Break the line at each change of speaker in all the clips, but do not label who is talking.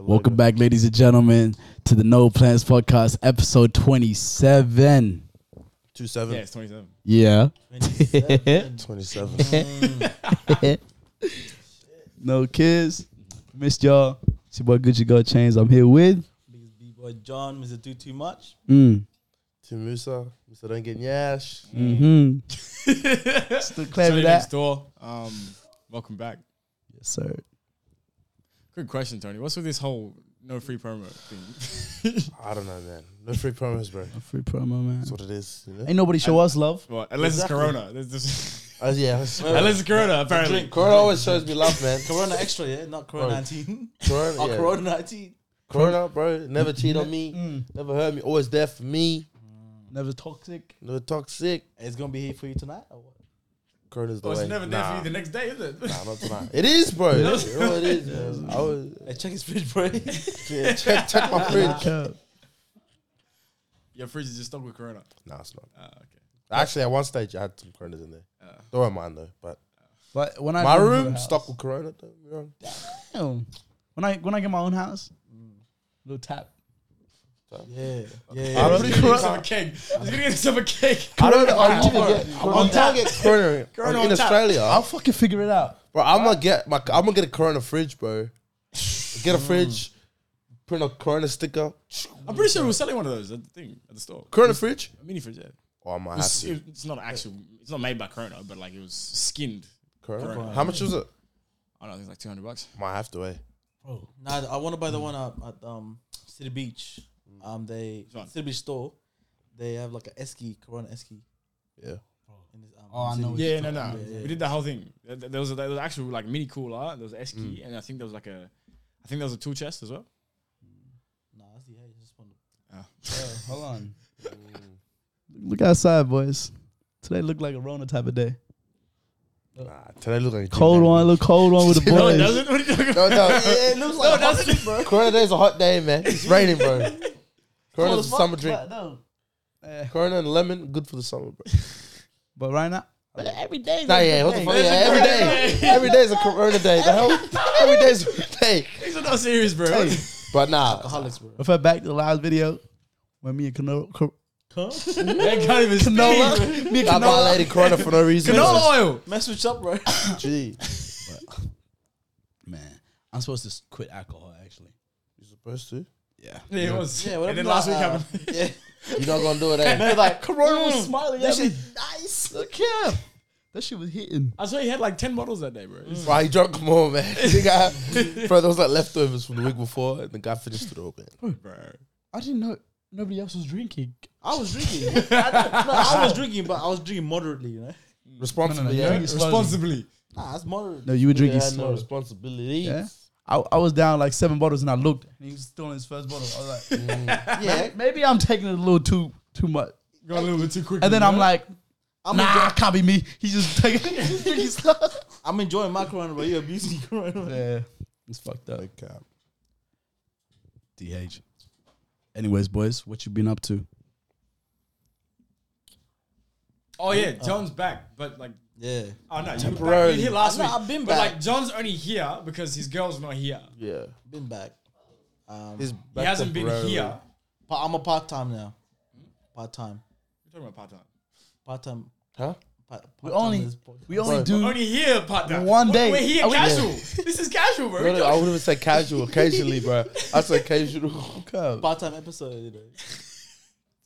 Welcome back, ladies and gentlemen, to the No Plans Podcast, episode 27.
Two seven.
Yeah, it's 27.
Yeah.
Twenty seven.
no kids. Missed y'all. It's your boy Gucci God Chains. I'm here with.
Biggest B boy John, Mr. Do Too Much.
Mm.
Tim Musa. Musa don't get nyash.
hmm Still clear
Sorry,
with
next
that.
door. Um, welcome back.
Yes, sir.
Good question, Tony. What's with this whole no free promo thing?
I don't know, man. No free promos, bro.
A free promo, man.
That's what it is. You know?
Ain't nobody show us love.
Well, unless
Exactly.
it's Corona. There's just-
Oh yeah. that's-
unless it's Corona, apparently.
Drink. Corona always shows me love, man.
Corona extra, yeah, not Corona
Right.
19.
Corona,
Oh,
yeah.
Corona 19.
Corona, bro. Never cheat on me.
Mm.
Never hurt me. Always there for me.
Never toxic.
Never toxic.
It's gonna be here for you tonight. Or what?
Corona's the
Well,
way.
Oh, it's never there
Nah.
for you the next day, is it?
Nah, not tonight. It is, bro. You know what it is, man. I was,
Hey, check his fridge, bro.
yeah, check, check my fridge.
Yeah.
Your fridge is just stuck with Corona.
Nah, it's not.
Ah, okay.
Actually, at one stage, I had some Coronas in there.
Uh,
Don't worry, mine though. But
But when I
my
go to
room
the
stuck
house-
with Corona. Though. you know?
Damn. When I when I get my own house, Mm. little tap.
yeah,
I
yeah.
don't
I'm just
think
gonna get
Corona-
yourself a cake. I'm just gonna get yourself a cake.
I don't know. I'm
Corona
gonna
on
get,
tap.
I'm gonna get Corona, in
Corona on tap.
Australia.
I'll fucking figure it out.
Bro, I'm gonna get my. I'm gonna get a Corona fridge, bro. Get a fridge, print a Corona sticker.
I'm pretty sure we're selling one of those at the thing at the store.
Corona fridge.
A mini fridge, yeah.
Oh, I might have
It's,
to.
it- it's not actual. It's not made by Corona, but like it was skinned.
Corona.
Corona.
How much was it?
I don't know. I think it's like 200 bucks.
Might have to. Eh?
Bro, nah, I want to buy the one up at um City Beach. Um, they
Which one?
City Beach store. They have like a esky, Corona esky.
Yeah.
In this, um,
Oh, I
City
know
Beach.
Yeah, no, no.
Yeah, yeah.
We did that whole thing. There- There was a, there was actual like mini cooler. There was an esky, and I think there was like a, I think there was a tool chest as well.
Nah, that's the yeah, you just want to.
hold on. Look outside, boys. Today looked like a Rona type of day.
Nah, today look like a
Cold
gym,
one, look cold one with the
No, it
boys.
doesn't. What are you talking about?
man. No, no. Yeah, it looks like a hot day, bro. Corona day's a hot day, man. It's raining, bro. Corona's a summer drink.
No.
Corona and lemon, good for the summer, bro.
But right now,
Nah, yeah, what the fuck? Yeah, every day, every day's a Corona day. The hell, every day's a day.
These are not serious, bro.
But nah,
Alcoholics, bro.
if I back to the last video, when me and Canola, Canola,
They can't even speak. Canola,
me and
I
Canola,
violated Corona for no reason.
oil.
Mess with up, bro.
Gee,
man, I'm supposed to s- quit alcohol actually.
you supposed to.
Yeah,
Yeah, it was.
Yeah,
Yeah,
whatever.
and then last week
uh,
happened.
Yeah.
You're not gonna do it, eh?
like,
Corona was smiling.
That
That
shit
shit nice. Look yeah, that shit was hitting.
I saw he had like ten bottles that day, bro. It's-
Why he drunk more, man? The guy, bro, there was like leftovers from the week before, and the guy finished it all, man.
Bro,
I didn't know nobody else was drinking.
I was drinking. I, no, I was drinking, but I was drinking moderately, you know?
Responsibility.
No, no, no,
yeah.
you- slowly.
responsibly.
Nah, that's moderate.
No, you were
Nigga
drinking
had no
slow.
responsibilities.
Yeah. I, I was down like seven bottles and I looked and he was still on his first bottle. I was like,
Yeah.
maybe I'm taking it a little too too much.
Got a little bit too quick.
And then I'm like,
I'm,
nah,
enjoying,
can't be me. He's just taking he's drinking slow.
I'm enjoying my corona, but you're abusing corona.
Yeah, it's fucked up.
Okay.
DH. Anyways, boys, what you been up to?
oh yeah, John's back, but like,
Yeah.
oh no, you were back.
Temporarily.
You were here last
No,
week.
I've been
But
back.
like, John's only here because his girl's not here.
Yeah.
Been back. Um,
He's
He
back
hasn't been
temporarily.
here.
pa- I'm a part time now. Part time.
We're talking about part time.
Part time.
Huh?
Part
We only we only
Bro.
do
Only here, partner.
One day.
We're here
Are we-
casual. this is casual, bro.
Bro, I wouldn't even say casual. Occasionally, bro. I say casual.
cup.
part time episode. You know,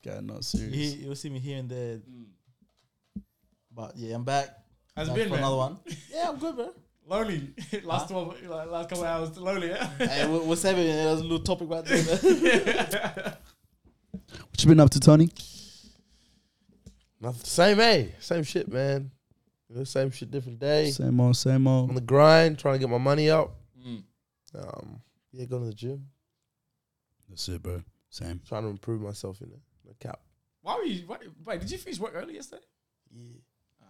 God, no
you,
serious.
hear- you'll see me here and there. Mm. But yeah, I'm back.
How's it
Back
been,
for
man?
another one. Yeah, I'm good, bro.
Lonely. last twelve, like, last couple hours, lonely. Yeah?
hey, we're, we're saving it. There's a little topic right there. man.
What you been up to, Tony?
Nothing. Same, eh? Same shit, man. You know, Same shit, different day.
Same old, same
On
old.
the grind, trying to get my money up.
Mm.
Um, yeah, going to the gym,
That's it, bro. Same.
trying to improve myself in it. No cap.
Why were you? Why, wait, did you finish work early yesterday?
Yeah.
Oh,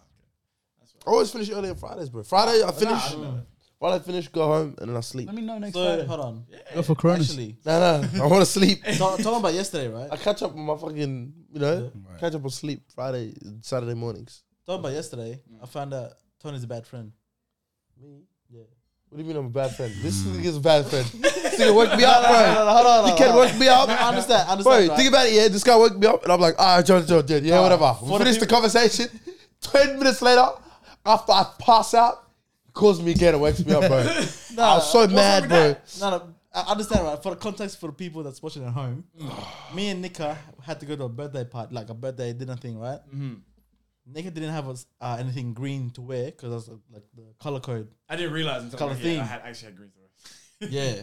okay.
I always finish early on Fridays, bro. Friday Oh, I
Nah,
finish.
I don't know.
Friday I finish, go home, and then I sleep.
Let me know next
so,
Friday.
hold on.
Go for Cronus.
Actually,
No, no, I want to sleep.
talk, talking about yesterday, right?
I catch up on my fucking, you know, catch up on sleep Friday, Saturday mornings.
Talking about yesterday, I found out Tony's a bad friend.
Me?
Yeah.
What do you mean I'm a bad friend? This nigga's a bad friend. This nigga worked me
No, no,
out,
no, no, hold on.
bro. He can work me
No, I
out.
understand. I
Bro,
understand.
think about it, yeah. This guy woke me up, and I'm like, ah, John, John, dude, yeah,
Nah,
whatever.
for
We
the
finished the
people-
conversation. Ten minutes later, after I pass out, he calls me again and wakes me up, bro. I was so
what's
mad, bro.
No, no, I understand. Right? For the context for the people that's watching at home, me and Nika had to go to a birthday party, like a birthday dinner thing, right?
Mhm.
Nika didn't have us, uh, anything green to wear because that's uh, like the color code.
I didn't realize until
Colour
I, yeah,
theme.
I had actually had green throw.
Yeah.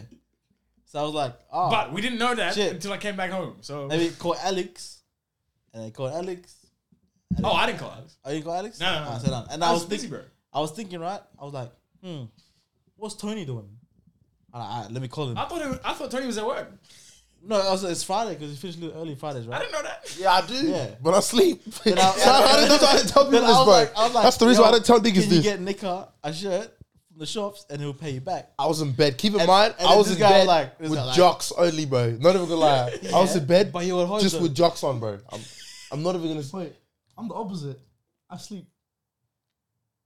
so I was like, oh,
But we didn't know that
Shit.
until I came back home. So
maybe call Alex, and I called Alex. And
oh,
then-
I didn't call Alex.
oh, you call Alex?
No, no, no,
Ah,
no.
so none. And
I was
thinking.
busy, bro.
I was thinking, right? I was like, hmm, what's Tony doing? All right, all right, let me call him.
I thought it was, I thought Tony was at work.
no, also, it's Friday because it's finished early Fridays,
I
right?
didn't know that.
Yeah, I do.
Yeah.
But I sleep.
Then I-
So I didn't- that's why I didn't tell people
Then I
this,
was
bro.
like- I was like,
that's the reason why I
yo,
didn't tell niggas
Can you
this.
get Nika a shirt from the shops and he'll pay you back?
I was in bed. Keep in
And-
mind,
and
I
then
was
this
in
guy
bed
like- this
with
guy like-
jocks only, bro. Not even gonna lie. I was in bed,
But you were home
just
though.
with jocks on, bro. I'm, I'm not even gonna.
Wait, I'm the opposite. I sleep.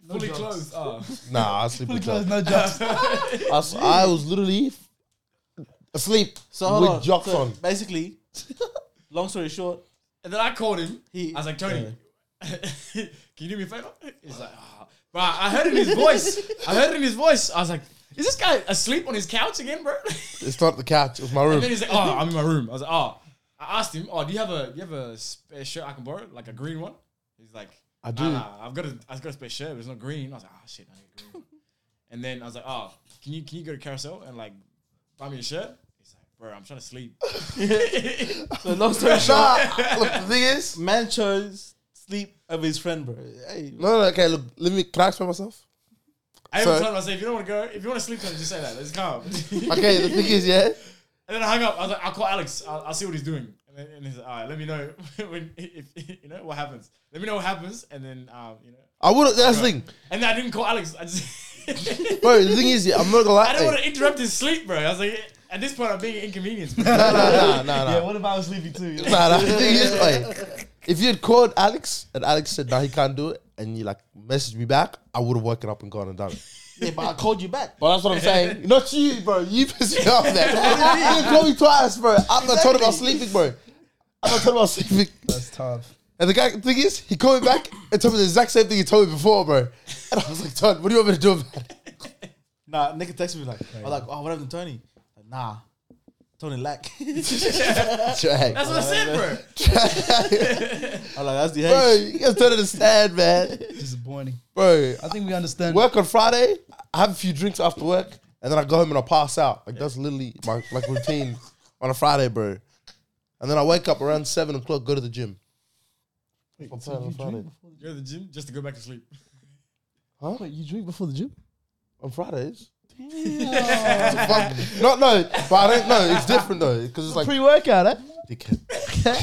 No
Fully
jobs.
clothed. Oh.
Nah, I sleep
Fully
with
clothed,
jocks.
no jobs.
I, s- I was literally f- asleep
So hold
with
on.
jocks
So
on.
Basically, long story short,
and then I called him.
he.
I was like, Tony, can you do me a favor? He's like, ah. Bro, I heard in his voice. I heard in his voice. I was like, is this guy asleep on his couch again, bro?
It's not the couch. It was my room.
And then he's like, oh, I'm in my room. I was like, oh. I asked him, oh, do you have a you have a spare shirt I can borrow, like a green one? He's like,
I do.
nah, nah, I've got a I've got a spare shirt, but it's not green. I was like, oh shit, I need a green. one." and then I was like, oh, can you can you go to carousel and like buy me a shirt? He's like, bro, I'm trying to sleep.
so long story short,
Nah, look, the thing is,
man chose sleep over his friend, bro. Hey,
no, no, okay, look, let me, can I explain myself?
I even
So-
told him, I said, if you don't want to go, if you want to sleep, then just say that. Let's calm. and
Okay, the thing is, yeah,
then I hung up. I was like, I'll call Alex. I'll, I'll see what he's doing. And, then, and he's like, all right, let me know when if, you know what happens. Let me know what happens, and then um, you know.
I wouldn't, that's the thing.
And then I didn't call Alex. I just.
Bro, the thing is, yeah, I'm not gonna lie.
I don't
hey,
want to interrupt his sleep, bro. I was like, at this point, I'm being inconvenienced. bro.
nah, nah, nah, nah, nah.
Yeah, what if I was sleepy too? you know?
Nah, nah. The thing is, like, if you had called Alex and Alex said, "No, he can't do it," and you like messaged me back, I would have woken up and gone and done it.
yeah, but I called you back.
But that's what I'm saying. Not you, bro. You pissed me off. There. you didn't call me twice, bro. I'm not talking about sleeping, bro. I'm not talking about sleeping.
That's tough.
And the guy, the thing is, he called me back and told me the exact same thing he told me before, bro. And I was like, Todd, what do you want me to do about it?
Nah, Nika texted me like, I was like, oh, what happened to Tony? Like, nah, Tony lack. I'm like,
Drag.
That's what I said, bro.
that's the
Bro,
hate.
you guys don't understand, man.
Disappointing.
Bro,
I think we understand.
work on Friday. I have a few drinks after work, and then I go home and I pass out. Like that's literally my like routine on a Friday, bro. And then I wake up around seven o'clock, go to the gym.
Wait,
What's
so
that on
you
Friday?
drink before the
Go to the gym just to go back to sleep.
gym? Wait, you drink before the gym?
On Fridays. Fuck. No, no, but I don't know. It's different though, because it's like
Pre-workout, eh?
dickhead.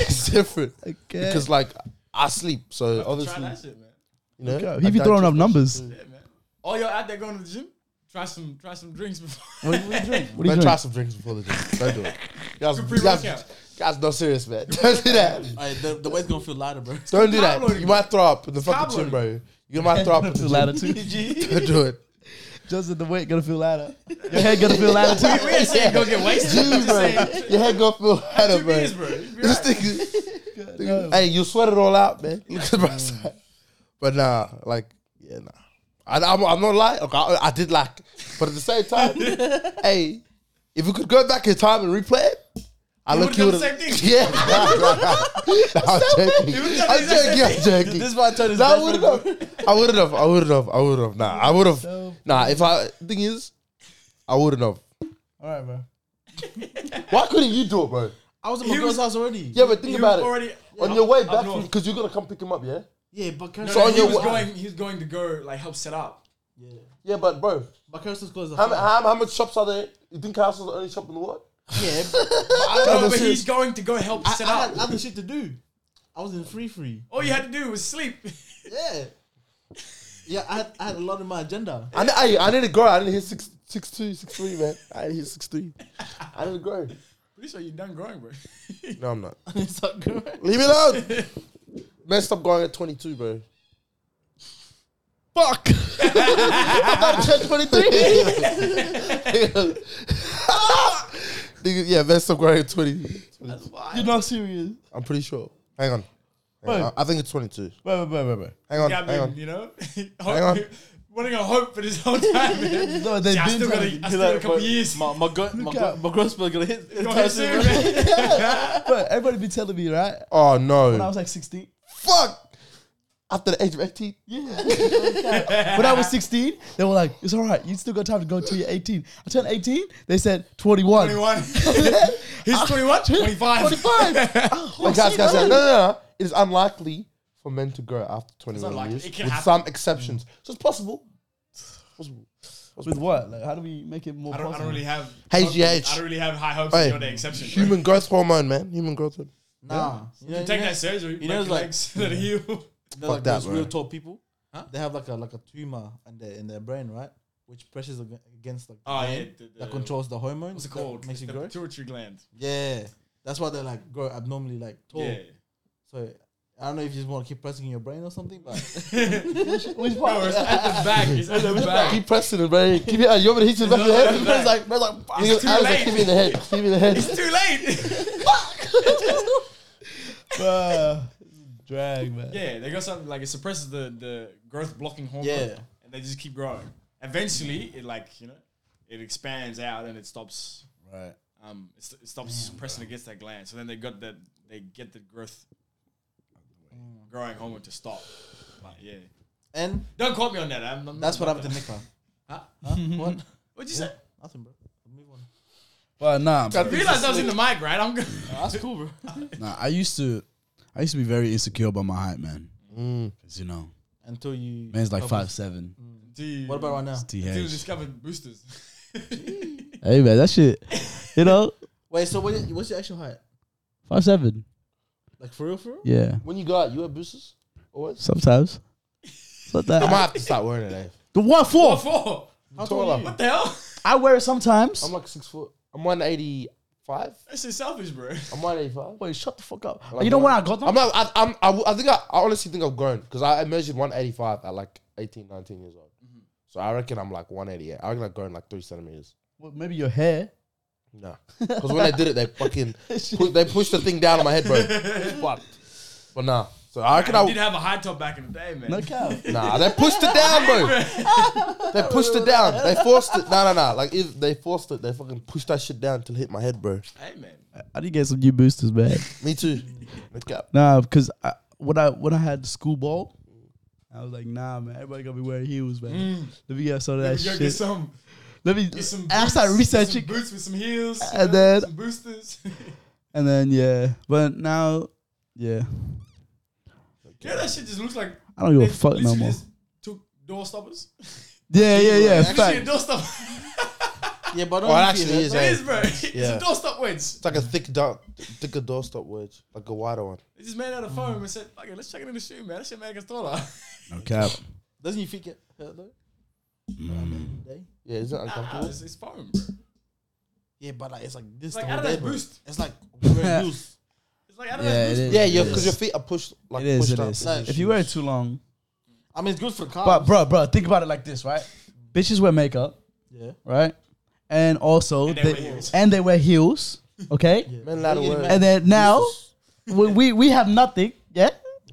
it's different
Okay.
because like I sleep, so
Try
obviously
that shit, man.
you know
Okay,
I
he be
digest
throwing up
my
numbers.
shit.
Yeah, man. Oh, you're out there going to the gym? Try some, try some drinks before.
what, do you- what do you drink? What do you
Man,
drink?
try some drinks before the gym. Don't do it. Guys,
Good
guys,
pre-workout.
guys, no serious, man. Don't do that.
Alright, the, the weight's gonna feel lighter, bro.
Don't do that.
Carb loading,
You
bro.
might throw up in the fucking
Carb
gym, bro. You might throw up in the
Feel
gym.
louder too.
Don't do it.
Justin, the weight gonna feel louder. Your head gonna feel louder too.
We ain't saying go get wasted. I'm
Dude,
just
bro.
saying,
Your head gonna feel harder,
two
bro.
beers, bro. You'll be
This
alright.
thing,
No.
hey, you sweat it all out, man. Look at the bright
Mm.
side. But nah, like, yeah, nah. I, I'm, I'm not lying. Okay, I, I did like, but at the same time, hey, if we could go back in time and replay it, I
You
look you
would've
would
done
have.
the same thing.
Yeah, nah, nah, nah. Nah, I'm joking.
would've done
I'm
the same
joking. I'm joking.
This is why Tony's
Nah, I
best
would
friend,
have. I would have. I would have. I would have. Nah, I would have.
So-
Nah, if I thing is, I wouldn't have.
All right, bro.
Why couldn't you do it, bro?
I was at my
He
girl's
was-
house already.
Yeah, but think
He
about
was
it.
already
on your way back,
north.
because you're gonna come pick him up, yeah.
Yeah, but
No,
Carousel.
So
no,
on
he
your
was
wa-
going. He was going to go like help set up.
yeah,
Yeah, but bro,
but Carousel's closed. at
how,
five.
how, how much shops are there? You think Castle's the only shop in the world?
Yeah, but
I don't
no,
know, but
serious.
he's going to go help
I,
set
I
up.
had other shit to do. I was in free free.
All you had to do was sleep.
Yeah, yeah. I had, I had a lot in my agenda.
I, ne- I, I need to grow. I need to hit six, six two, six three, man. I need to hit six three. I need to grow.
Pretty sure you're done growing, bro.
No, I'm not.
it's not good.
Leave me alone. Man, stop growing at 22, bro.
Fuck.
Not Church 23. Nigga, yeah, best of growing 20.
You're not serious.
I'm pretty sure. Hang on. Hang on. I I think it's 22.
Wait, wait, wait, wait, wait.
Hang on.
Gabbing,
Hang on.
you know?
on.
hope, wanting a hope for this whole time. man.
No, they've
Yeah, I
been
still
trying
gotta-
to-
I still got a couple
but
years.
My my go, my, go,
out.
my gross bill gonna hit.
Go ahead,
soon,
Sue,
bro.
man.
Bro, everybody be telling me, right?
Oh,
When I
no.
was like 16.
Fuck. After the age of 18.
When I
Uh-huh.
was 16, they were like, it's all right. You still got time to go till you're 18. I turned 18, they said 21.
21. He's 21? 25.
25.
Like, guys, guys, guys, no, no, no. It is unlikely for men to grow after 21
unlikely.
years.
It
With
can happen.
some exceptions. So it's possible. possible.
With what? Like, how do we make it more
I don't, I
possible?
don't really have.
HGH.
I don't really have high hopes
Hey,
hey, you're the exception. bro.
Human growth hormone, man. Human growth hormone.
Nah, you know,
Take
you know,
that surgery. You
know,
know,
it's like-
like that heal.
they're like
Fuck that,
those real
bro.
tall people. They have like a like a tumor in their in their brain, right? Which pressures ag- against like the
Oh,
brain
yeah, the- the-
that controls the hormones.
What's it
that
called?
Makes you
the
grow.
pituitary gland.
Yeah, that's why they like grow abnormally like tall.
Yeah.
So I don't know if you just want to keep pressing your brain or something, but
Which
No, it's at the back. It's at the back.
Keep pressing it, bro. Keep it. uh, You want me to hit you in the back of the head?
It's
Man's like, man's like, fuck.
It's too
I was like,
late.
keep me in the head. Keep me in the head.
It's too late.
Bruh. Drag, man.
yeah, they got something like it suppresses the, the growth blocking hormone.
Yeah.
And they just keep growing. Eventually, it like, you know, it expands out and it stops.
Right.
Um, it, st- it stops suppressing against that gland. So then they got that, they get the growth, growing hormone to stop. Like, yeah.
and
Don't quote me on that. I'm, I'm
that's what
not-
happened to Nicola. Huh? What?
What'd you say?
Nothing, bro. Move on.
Well, nah, bro.
I realized I was in the mic, right? I'm good.
That's cool, bro.
nah. I used to, I used to be very insecure about my height, man.
Mm.
Cause you know,
Until you.
man's like
Oh,
five seven.
Dude.
What about right now?
It's
Dude
th.
discovered boosters.
Hey man, that shit, you know,
Wait, so what, what's your actual height?
five seven.
Like for real, for real?
Yeah,
When you go out, you wear boosters? Always?
sometimes. But
I might
that
have to start wearing it, eh?
the one
What
four.
for?
How
Taller.
tall are you?
What the hell?
I wear it sometimes.
I'm like six foot. I'm 185.
That's just selfish, bro.
I'm 185.
Wait, shut the fuck up.
Like
you know
one-
when I got them?
I'm not, I, I'm, I, w- I think I, I honestly think I've grown because I I measured 185 at like 18, 19 years old.
Mm-hmm.
So I reckon I'm like 188. I reckon I've grown like three centimeters.
Well, maybe your hair.
No. Because when they did it, they fucking pu- they pushed the thing down on my head, bro. It's Fucked. But nah. So I reckon
I did
I.
have a high top back in the day, man.
No cow.
Nah, they pushed it down, bro. They pushed it down. They forced it. Nah, nah, nah. Like, if they forced it. They fucking pushed that shit down till it hit my head, bro.
Hey, man.
I did get some new boosters, man.
Me too. Look out.
Nah, because I, when I when I had school ball, I was like, nah, man, everybody gonna be wearing heels, man. Let me get some of
Mm. Let
that
me go get
shit.
some,
Let me.
get some.
I started
boots, get some
researching,
boots with some heels, you
And
know,
then-
some boosters. you
and then yeah, but now, yeah,
know that shit just looks like
I don't give a
they
fuck no
literally
more.
just Took door stoppers.
Yeah, yeah, yeah.
It's literally a
Fact.
door stopper.
Yeah, but I don't
Well, it
think
actually is,
that-
eh?
it is, bro. It's
Yeah.
a door stop wedge.
It's like a thick, dark, thicker doorstop wedge, like a wider one.
It's just made out
Mm.
of foam and said, "Fuck it, let's chuck it in the shoe, man. That shit make us taller."
No cap.
Doesn't you think it hurt though? Day?
Yeah, is it
Nah,
uncomfortable?
it's, it's foam, bro.
Yeah, but like it's like this.
It's like
the
out
whole
of
day,
that
bro.
boost.
It's like very loose.
It's like out of
Yeah,
that
it
boost.
is.
yeah,
It
because
is.
your feet are pushed like
it is.
pushed
It
up.
is.
Like-
if you wear it too long,
I mean, it's good for carbs.
but bro, bro, think about it like this, right? Bitches wear makeup,
yeah.
right? And also,
And
they,
they wear heels.
and they wear heels, okay?
yeah.
Men allowed to
Don't get
wear-
mad.
And then now, we, we we have nothing. Yeah.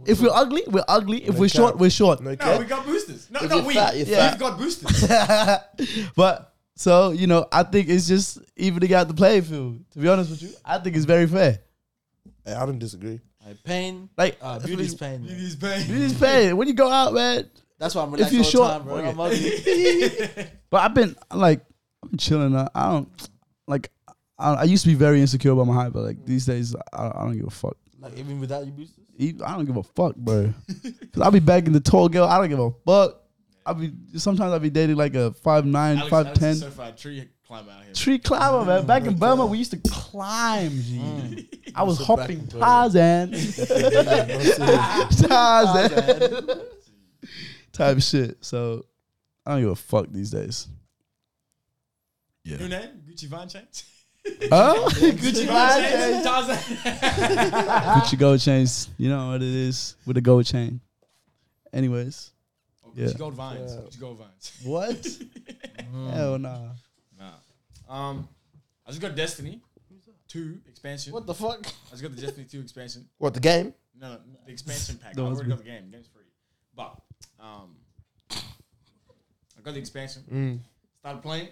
If we're ugly, we're ugly. If
No
we're short,
cap.
we're short.
No
No,
cap.
we got boosters. No,
If
no,
you're
we.
fat, you're
Yeah.
We've got boosters.
but so you know, I think it's just evening out the playing field. To be honest with you, I think it's very fair.
Hey, I don't disagree.
Like pain.
Like,
uh,
if
beauty is
we-
pain.
It
man.
is pain.
It is fair when you go out, man.
That's why I'm relaxed
you're
all the
short,
time, bro.
fuck
I'm ugly.
But I've been like, I'm chilling. I, I don't like. I, I used to be very insecure about my height, but like these days, I, I don't give a fuck.
like even without your boosters.
E- I don't give a fuck, bro. Cause I'll be bagging the tall girl. I don't give a fuck. I'll be sometimes I'll be dating like a five nine,
Alex,
five
Alex
ten.
is so far a tree climber out here.
Tree climber, man.
Mm,
Back in Burma, we used to climb. G. I was hopping Tarzan, Tarzan type shit. So I don't give a fuck these days.
New name? Gucci Vine Chains?
Huh?
Gucci Vine Chains? Tarzan?
Gucci gold chains. You know what it is with a gold chain. Anyways, Yeah.
She gold vines. She gold vines.
What?
Mm.
Hell nah.
Nah. Um, I just got Destiny two expansion.
What the fuck?
I just got the Destiny two expansion.
What the game?
No, no the expansion pack. I
That was
already got the game. Game's free. But um, I got the expansion.
Mm.
Started playing.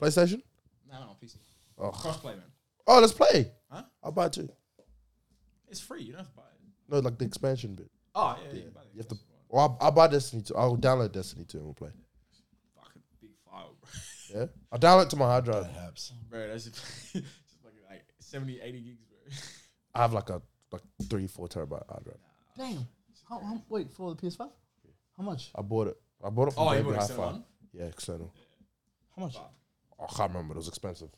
PlayStation?
No, no, PC.
Oh.
Crossplay, man.
Oh, let's play.
Huh?
I'll buy it too.
It's free. You don't have to buy it.
No, like the expansion bit.
Oh yeah, yeah.
Yeah,
buy the
you have to-
expansion.
Or I'll, I'll buy Destiny too. I'll download Destiny too and we'll play.
Fucking big file, bro.
Yeah? I'll download it to my hard drive.
bro that's just, just like, like 70, 80 gigs, bro.
I have like a like three, four terabyte hard drive.
Damn. How, how, wait, for the PS5? How much?
I bought it. I bought it from
Oh, you
Baby
bought
Hi
external
Fi.
one?
Yeah, external.
How much?
I can't remember. It was expensive.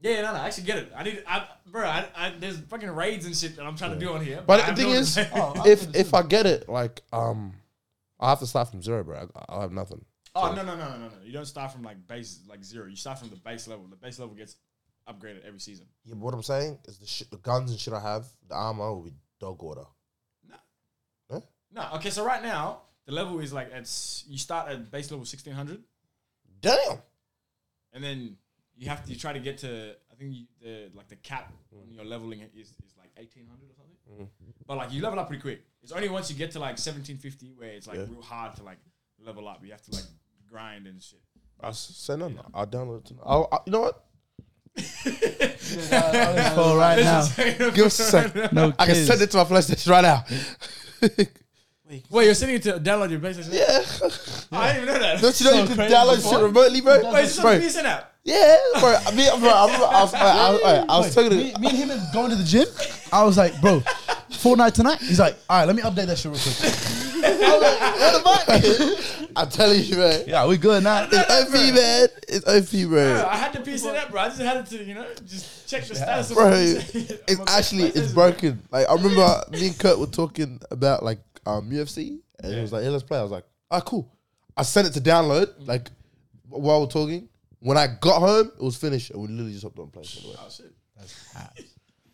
Yeah, no, no, I actually get it. I need, I, bro, I, I, there's fucking raids and shit that I'm trying to do on here.
But
I
the
have
thing
no-
is-
Oh, I
If
thought it
if I get it, like um, I have to start from zero, bro. I, I'll have nothing.
oh, no, no, no, no, no. You don't start from like base, like zero. You start from the base level. The base level gets upgraded every season.
Yeah, but what I'm saying is the shit, the guns and shit I have, the armor will be dog order.
No, okay, so right now, the level is like, it's, you start at base level 1600,
Damn.
and then you have to, you try to get to, I think you, the, like the cap on
Mm.
your leveling is, is like 1800 or something. But like you level up pretty quick. It's only once you get to like 1750 where it's like
Yeah.
real hard to like level up. You have to like grind and shit.
I s- send them. I'll download it. tonight. I'll, I, you know what?
Call right now.
Give us a sec.
No
I can
kids.
send it to my PlayStation right now.
Wait, you're sending it to download your PlayStation? Yeah. I didn't even know that.
Don't you know you can download shit remotely, bro?
Wait, is this
Bro,
on PSN app?
Yeah, bro. I mean, bro, I remember I was, I, I, I, I was talking
me,
to.
me and him had gone to the gym. I was like, bro, Fortnite tonight. He's like, all right, let me update that shit real quick.
I'm telling you, man.
Yeah, we good now.
It's OP, man. It's OP,
Bro,
bro.
I had the PSN app, bro. I just had it to, you know, just check the status of
Bro,
my PSN.
it's
I'm a-
actually it's broken. Like I remember me and Kurt were talking about like um UFC, and he was like, "Yeah, let's play." I was like, "Ah, cool." I sent it to download
Mm.
like while we're talking. When I got home, it was finished, and we literally just hopped on and played. straight away.
Oh, shit.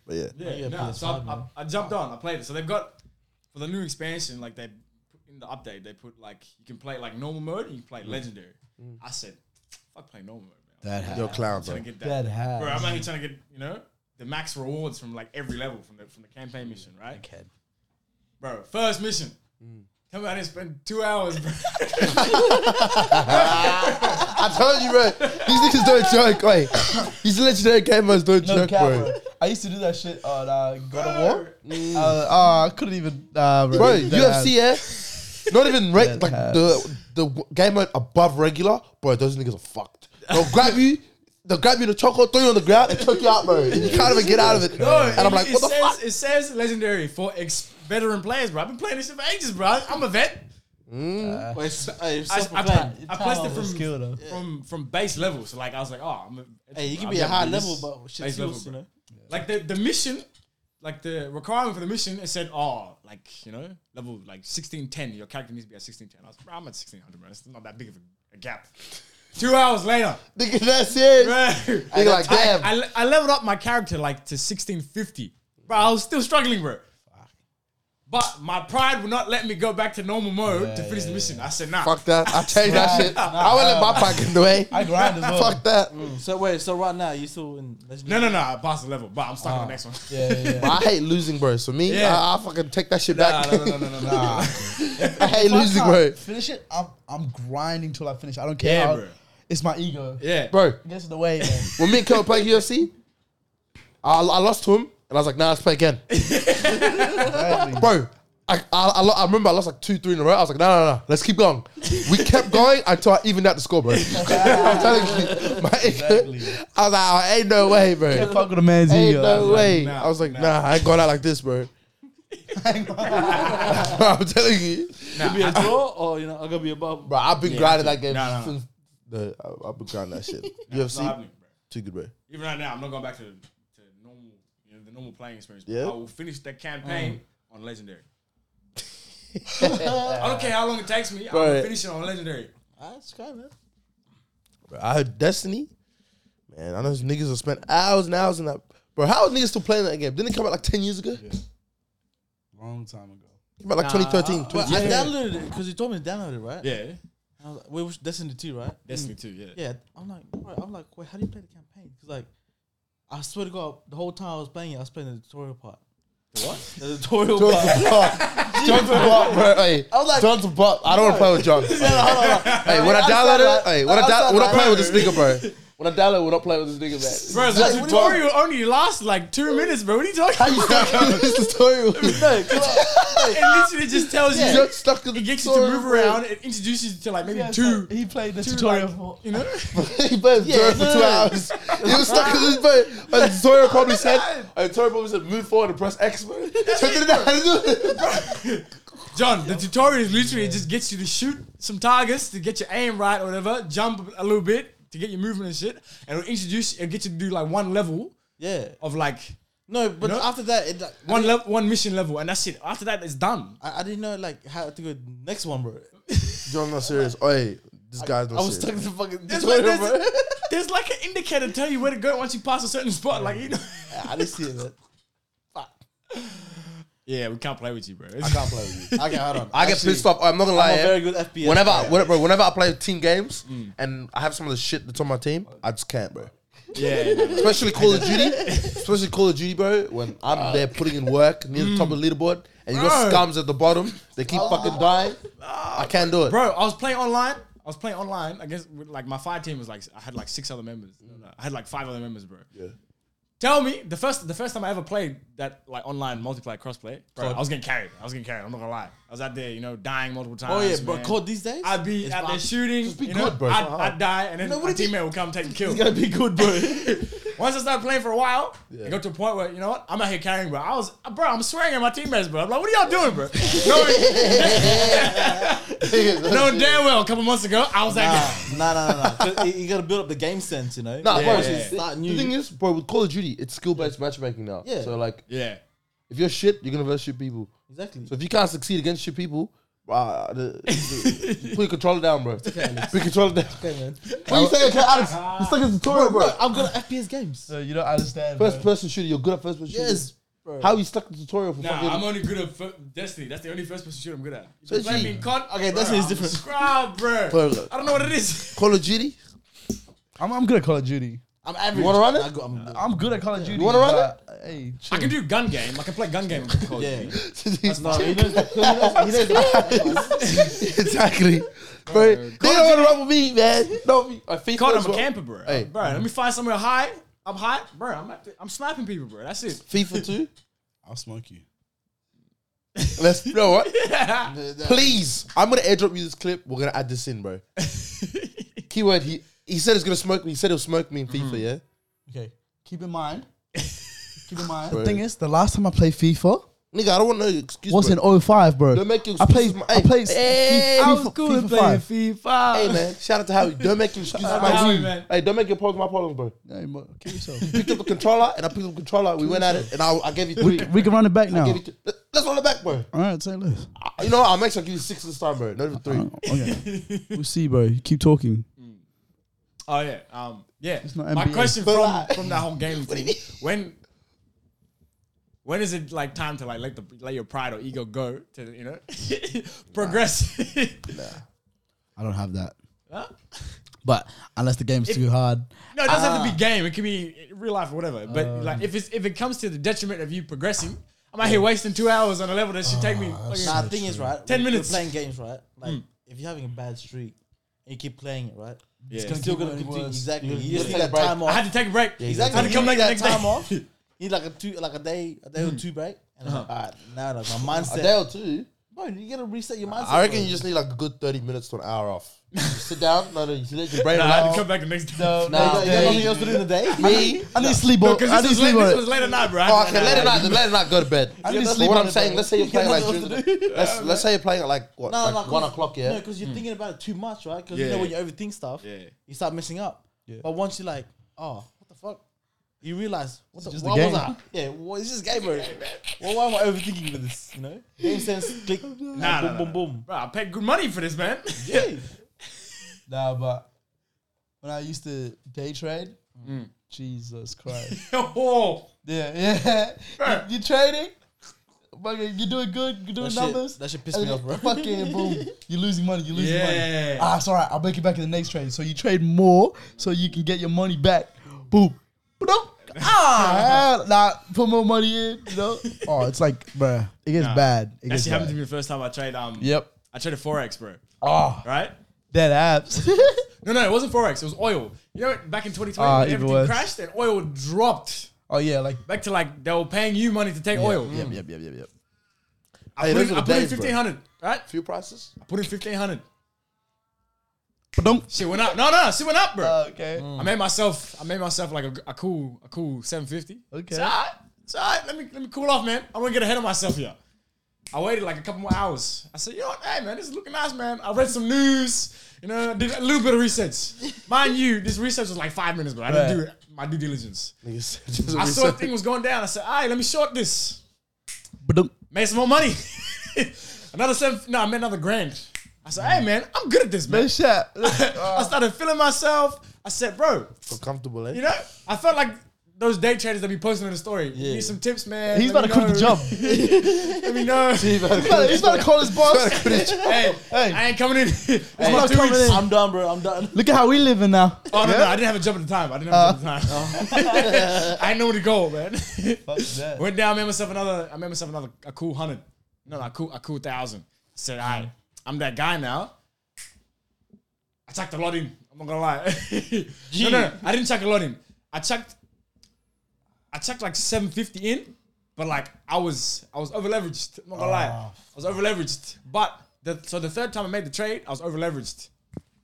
But yeah,
Yeah,
yeah,
nah, so I,
PS5,
I,
man.
I jumped on. I played it. So they've got for the new expansion, like they put in the update, they put like you can play like normal mode and you can play legendary. I said, fuck, play normal mode. Man.
That
you're a
hat.
clown,
I'm trying
bro.
to get
That
that.
hat.
Bro, I'm only trying to get you know the max rewards from like every level from the from the
Mm.
campaign mission, right?
Dickhead.
Bro, first mission.
Mm.
Come out and spend two hours, bro.
I told you, bro. These niggas don't joke. Wait, these legendary gamers don't
No
joke,
cap,
bro.
bro. I used to do that shit on uh, God of War.
Bro,
Uh, oh, I couldn't even. Nah, bro.
Bro,
That
UFC, yeah. Not even reg-
That
like
hurts.
the the w- game mode above regular, bro. Those niggas are fucked. They'll grab you, they'll grab you in the chocolate, throw you on the ground, and choke you out, bro. And you can't even get out of it.
No,
and I'm like,
it,
what the
says,
fuck?
It says legendary for ex- veteran players, bro. I've been playing this shit for ages, bro. I'm a vet.
Wait, it's, uh, it's
I, I,
self-proclaimed.
played, I placed it
was
from,
skill, though.
from from base level. So like I was like, oh, I'm a,
Hey, you can
I'm
be a
gonna
high
do
level,
this
but shit
base level,
feels, you
bro.
know.
Like the the mission, like the requirement for the mission, it said, oh, like you know, level like sixteen ten. Your character needs to be at sixteen ten. I was, bro, I'm at sixteen hundred, man. It's not that big of a, a gap. Two hours later,
Nigga, that's it.
bro.
Nigga, like, damn.
I, I, I leveled up my character like to 1650. Bro, I was still struggling, bro. But my pride would not let me go back to normal mode to finish the mission. I said, nah.
fuck that. I changed that shit. I won't let my pack get in the way.
I grind as well.
Fuck that.
So wait, so right now you still in
No,
legendary?
no, no. I passed the level, but I'm stuck on
Ah.
the next one.
Yeah, yeah, yeah.
But I hate losing, bro. So me,
Yeah.
I, I fucking take that shit
Nah,
back.
no, no, no, no, no, no.
I hate
If I
losing,
can't
bro.
Finish it. I'm I'm grinding till I finish. I don't care.
Yeah,
how-
bro.
It's my ego.
Yeah.
Bro,
It gets in the way, man.
when me and Kel were playing UFC, I, I lost to him, and I was like, nah, let's play again.
Exactly.
bro. I, I, I, lo- I remember I lost like two, three in a row. I was like, no, no, no, let's keep going. We kept going until I evened out the score, bro. I'm telling you, my,
Exactly.
I was like, oh, ain't no way, bro.
Fuck with a man's
Ain't
ego.
no way.
nah,
I was like,
nah.
nah, I ain't going out like this, bro. I'm telling you,
Nah,
Be a draw or you know, I'm gonna be a bubble.
bro. I've been grinding that game
Nah, nah, nah.
since. No, I- I've been grinding that shit.
it's not
UFC,
happening, bro.
too good, bro.
Even right now, I'm not going back to, to normal, you know, the normal playing experience.
Yeah.
I will finish the campaign on legendary. I don't care how long it takes me. I'm
Bro.
gonna finish it on legendary.
That's great, man.
Bro, I heard Destiny. Man, I know those niggas have spent hours and hours in that. Bro, how are niggas still playing that game? Didn't it come out like ten years ago?
Long time ago.
About like
Nah,
2013,
I-
Well,
2013.
I downloaded it because you told me to download it, right?
Yeah,
I was like, we watched Destiny 2, right?
Destiny too. Yeah.
Yeah, I'm like, bro, I'm like, wait, how do you play the campaign? Because like, I swear to God, the whole time I was playing it, I was playing the tutorial part.
What?
The tutorial
John's
part.
a bot. John's a bot, bro. Hey,
I was like-
John's a bot. I don't want to play with John. Hey, when I download it, hey, when I download, we're not playing with this nigga, bro. When I download, we're not playing with this nigga, man.
Bro,
Like,
the
what do you
tutorial only lasts like two minutes, bro. What are you talking
How you stuck in this tutorial?
No, 'cause
about? It literally just tells you.
You're stuck in the
It gets you to
tutorial,
move
bro.
around. It introduces you to like maybe
I-
two,
He played the
two
tutorial.
like,
for-
you know.
he played the tutorial
no,
for two
no, no.
hours. He was stuck in this bit. And the tutorial probably said, and the tutorial probably said, move forward and press X, bro. So he didn't know how to do it.
John, the tutorial is literally just gets you to shoot some targets to get your aim right or whatever, jump a little bit to get your movement and shit, and it'll introduce it'll get you to do like one level
yeah.
of like
No, but
know?
after that, it, like,
one level one mission level and that's it. After that it's done.
I, I didn't know like how to go to the next one, bro.
John, not serious. Oi, this guy's not
I was stuck in
serious.
the fucking
There's like,
tutorial, bro.
there's, there's like an indicator to tell you where to go once you pass a certain spot. Like you know
I didn't see it, man.
Yeah, we can't play with you, bro.
I can't play with you. Okay, hold on.
I get
Actually,
pissed off. I'm not gonna lie. eh?
I'm a
yeah.
very good FPS
Whenever, I,
player.
when- bro, whenever I play team games and I have some of the shit that's on my team, I just can't, bro.
Yeah. no.
Especially Call of Duty, especially Call of Duty, bro. When I'm there putting in work near the top of the leaderboard, and you got
Bro.
scums at the bottom, they keep fucking dying. I can't do it.
Bro, I was playing online. I was playing online. I guess with, like my fire team was like I had like six other members. No, no, I had like five other members, bro. Yeah. Tell me the first the first time I ever played that like online multiplayer crossplay, bro. I was getting carried. I was getting carried. I'm not gonna lie. I was out there, you know, dying multiple times.
Oh yeah, bro.
man.
Code these days.
I'd be out there shooting.
be
you know,
good, bro.
I'd,
It's not
I'd die, and then
No, what
my
did you-
teammate will come take the kill.
gotta be good, bro.
Once I started playing for a while, it got to a point where you know what? I'm out here carrying, bro. I was, bro. I'm swearing at my teammates, bro. I'm like, what are y'all doing, bro?
no,
no, damn well. A couple months ago, I was like,
nah, nah, nah, nah. 'Cause You, you gotta build up the game sense, you know.
nah,
You
bro,
gotta
yeah.
Start
The
new.
thing is, bro, with Call of Duty, it's skill based matchmaking now.
Yeah.
So like,
yeah.
if you're shit, you're gonna verse shit people.
exactly.
So if you can't succeed against shit people, uh, put your controller down, bro. Put your controller down.
okay, man.
What you saying, Alex? You're stuck in the tutorial, bro.
I'm good at FPS games.
So you don't understand.
First person shooter, you're good at first person shooter.
Yes, bro.
How you stuck in the tutorial for fucking?
Nah, I'm only good at fir- Destiny. That's the only first person shooter I'm good at. You
So
so play
she-
me in COD?
Okay,
bruh,
Destiny is
I'm
different.
Scrub, bro.
Bro, look.
I don't know what it is.
Call of Duty?
I'm, I'm good at Call of Duty.
I'm average.
wanna run it?
I go- I'm good.
I'm good at Call of Duty.
wanna run
but I- Hey, chill.
I can do gun game. I can play gun game. with Call of
Yeah.
Duty.
No, he knows. He knows. He knows
exactly. Bro, they don't want to run with me, man. Not me. I think
COD,
as
I'm a
well.
camper, bro.
Hey.
Bro, let me find somewhere high. I'm high, bro. I'm at the- I'm sniping people, bro. That's it.
FIFA too.
I'll smoke you.
Let's you know what? Please, I'm gonna airdrop you this clip. We're gonna add this in, bro. Keyword: He he said he's gonna smoke me. He said he'll smoke me in
Mm-hmm.
FIFA. Yeah.
okay.
Keep in mind. keep in mind.
Bro.
The thing is, the last time I played FIFA
Nigga, I don't want no excuse.
was
bro.
in 05, bro.
Don't make
I
excuses,
played.
man.
I played.
Hey,
FIFA,
I was
FIFA 5.
FIFA.
Hey man, shout out to Howie. Don't make excuses,
out
my
to Howie,
team.
man.
Hey, don't make your problems my problems, bro.
Hey, mo- kill yourself.
Picked up the controller and I picked up the controller. We went at it and I, I gave you
we,
three.
can- we can run it back
I
now.
gave you two. Let- Let's roll it back, bro.
All right, say less.
I- You know, what? I'll make sure I give you six this time, bro. Not even three.
Uh,
Oh, Okay. we'll see, bro. You keep talking.
Oh yeah, um, yeah.
not
My
NBA.
question
But
from,
like-
from that whole game thing: when, when is it like time to like let the let your pride or ego go to you know progress?
I don't have that.
Huh?
But unless the game's too hard,
No, it doesn't have to be game. It can be real life or whatever. But like, if it's if it comes to the detriment of you progressing, I'm out here wasting two hours on a level that should take me. fucking-
Nah, the thing is, right?
10
when
minutes.
You're playing games, right? Like, if you're having a bad streak and you keep playing it, right?
Yeah.
It's still
keep
gonna
getting
continue.
worse.
Exactly.
Yeah.
You just
Yeah.
need that
Yeah.
time
I
off.
had to take a break.
exactly.
I had to come
you
back
need
the
that
next
time
day.
off. You need like a two, like a day, a day or two break. And like, all right, now like my mindset.
A day or two.
Bro, you gotta reset your mindset.
I reckon
bro.
you just need like a good 30 minutes to an hour off. You sit down, no, no, you let your brain
No, I had
relax.
to come back the next day.
Bro, you got, you got
Nah,
nothing else to do in the day.
Me?
I need sleep on.
because
I
this
need
was
sleep
late,
on.
this
it.
was late at night, bro.
Oh, okay, let it not, let it not go to bed. I
need to sleep
what
on
I'm
it,
saying,
bro.
let's say you're
You got
playing like
nothing
during
else
the
to
day. Let's, let's say you're playing at like what,
No,
like
no,
one o'clock, yeah?
because you're thinking about it too much, right? Because you know
Yeah.
when you overthink stuff,
Yeah.
you start messing up.
Yeah.
But once you're like, oh, what the fuck, you realize what the
just
what
the
was I?
game.
Yeah, well, it's just game over. well, why am I overthinking with this? You know, game sense, click,
Nah,
nah,
nah,
boom,
nah,
boom,
nah.
boom.
Bro, I paid good money for this, man.
Yeah,
Nah, but when I used to day trade, Jesus Christ.
oh,
yeah, yeah.
Bruh.
You, you trading?
Fucking, you're doing good. You're doing
That
numbers.
shit, that shit pissed
and
me off,
then
bro.
Fucking boom. You're losing money. You're losing money.
Yeah.
Ah, it's all right. I'll make it back in the next trade. So you trade more so you can get your money back. Boom. Ba-dum. Ah, nah, put more money in. You know? Oh, it's like, bruh, it gets
Nah.
bad. It
That
gets
shit happened to
bad.
me the first time I trade. Um,
Yep.
I traded forex, bro.
Oh,
Right?
dead abs.
No, no, it wasn't forex. It was oil. You know, back in 2020,
Ah,
when
even
everything
worse.
crashed and oil dropped
oh yeah, like
back to like they were paying you money to take oil.
Yep, yep, yep, yep, yep.
I
Hey,
put
those
in,
were
I
the
put in
days, bro.
fifteen hundred. Right?
Fuel prices.
I put in fifteen hundred.
Ba-dum.
Shit went up. No, no, no, shit went up, bro.
Uh,
okay.
I made myself. I made myself like a, a cool, a cool seven fifty.
Okay.
It's alright. It's alright. Let me let me cool off, man. I want to get ahead of myself here. I waited like a couple more hours. I said, you know what? Hey, man, this is looking nice, man. I read some news. You know, did a little bit of research. Mind you, this research was like five minutes, but I didn't
Right.
do my due diligence.
Niggas said just
I saw a
reset.
thing was going down. I said, all right, let me short this.
Ba-dum.
Made some more money. another seven. No, I made another grand. I said, hey, man, I'm good at this, man.
Man, shut.
I started feeling myself. I said, bro,
So comfortable, eh?
you know, I felt like those day traders that be posting on the story.
Yeah.
You need some tips, man.
He's
Let
about to
me
quit the
know.
job. He's
Let me know. hey,
about- He's about to call his boss.
hey,
Hey.
I ain't coming in. It's
He's
my
not
two
coming
weeks.
in.
I'm done, bro. I'm done.
Look at how we living now.
Oh, no, no, I didn't have a job at the time. I didn't have a job at the time. I didn't know where to go, man.
that.
Went down, made myself another, I made myself another, a cool hundred. No, no, a cool, a cool thousand. said, all right, I'm that guy now. I chucked a lot in. I'm not gonna lie. no, no, no, I didn't chuck a lot in. I chucked, I chucked like 750 in, but like I was, I was over leveraged. I'm not gonna lie. I was over leveraged. But the, so the third time I made the trade, I was over leveraged.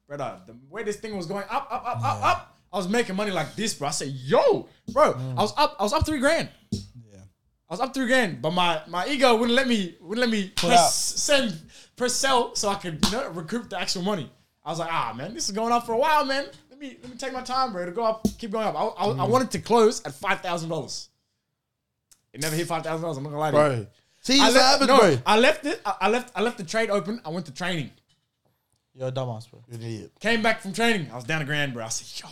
Brother, the way this thing was going up, up, up, up, up, I was making money like this, bro. I said, yo, bro, I was up, I was up three grand. I was up three grand, but my, my ego wouldn't let me wouldn't let me
out.
press send press sell so I could you know, recoup the actual money. I was like, ah man, this is going up for a while, man. Let me let me take my time, bro, to go up, keep going up. I, I, I wanted to close at five thousand dollars. It never hit five thousand dollars. I'm not gonna lie to you.
Bro. See,
I
that's what
left,
happens,
no,
bro.
I left it. I, I left. I left the trade open. I went to training.
You're a dumbass, bro.
You're an idiot.
Came back from training. I was down a grand, bro. I said, yo.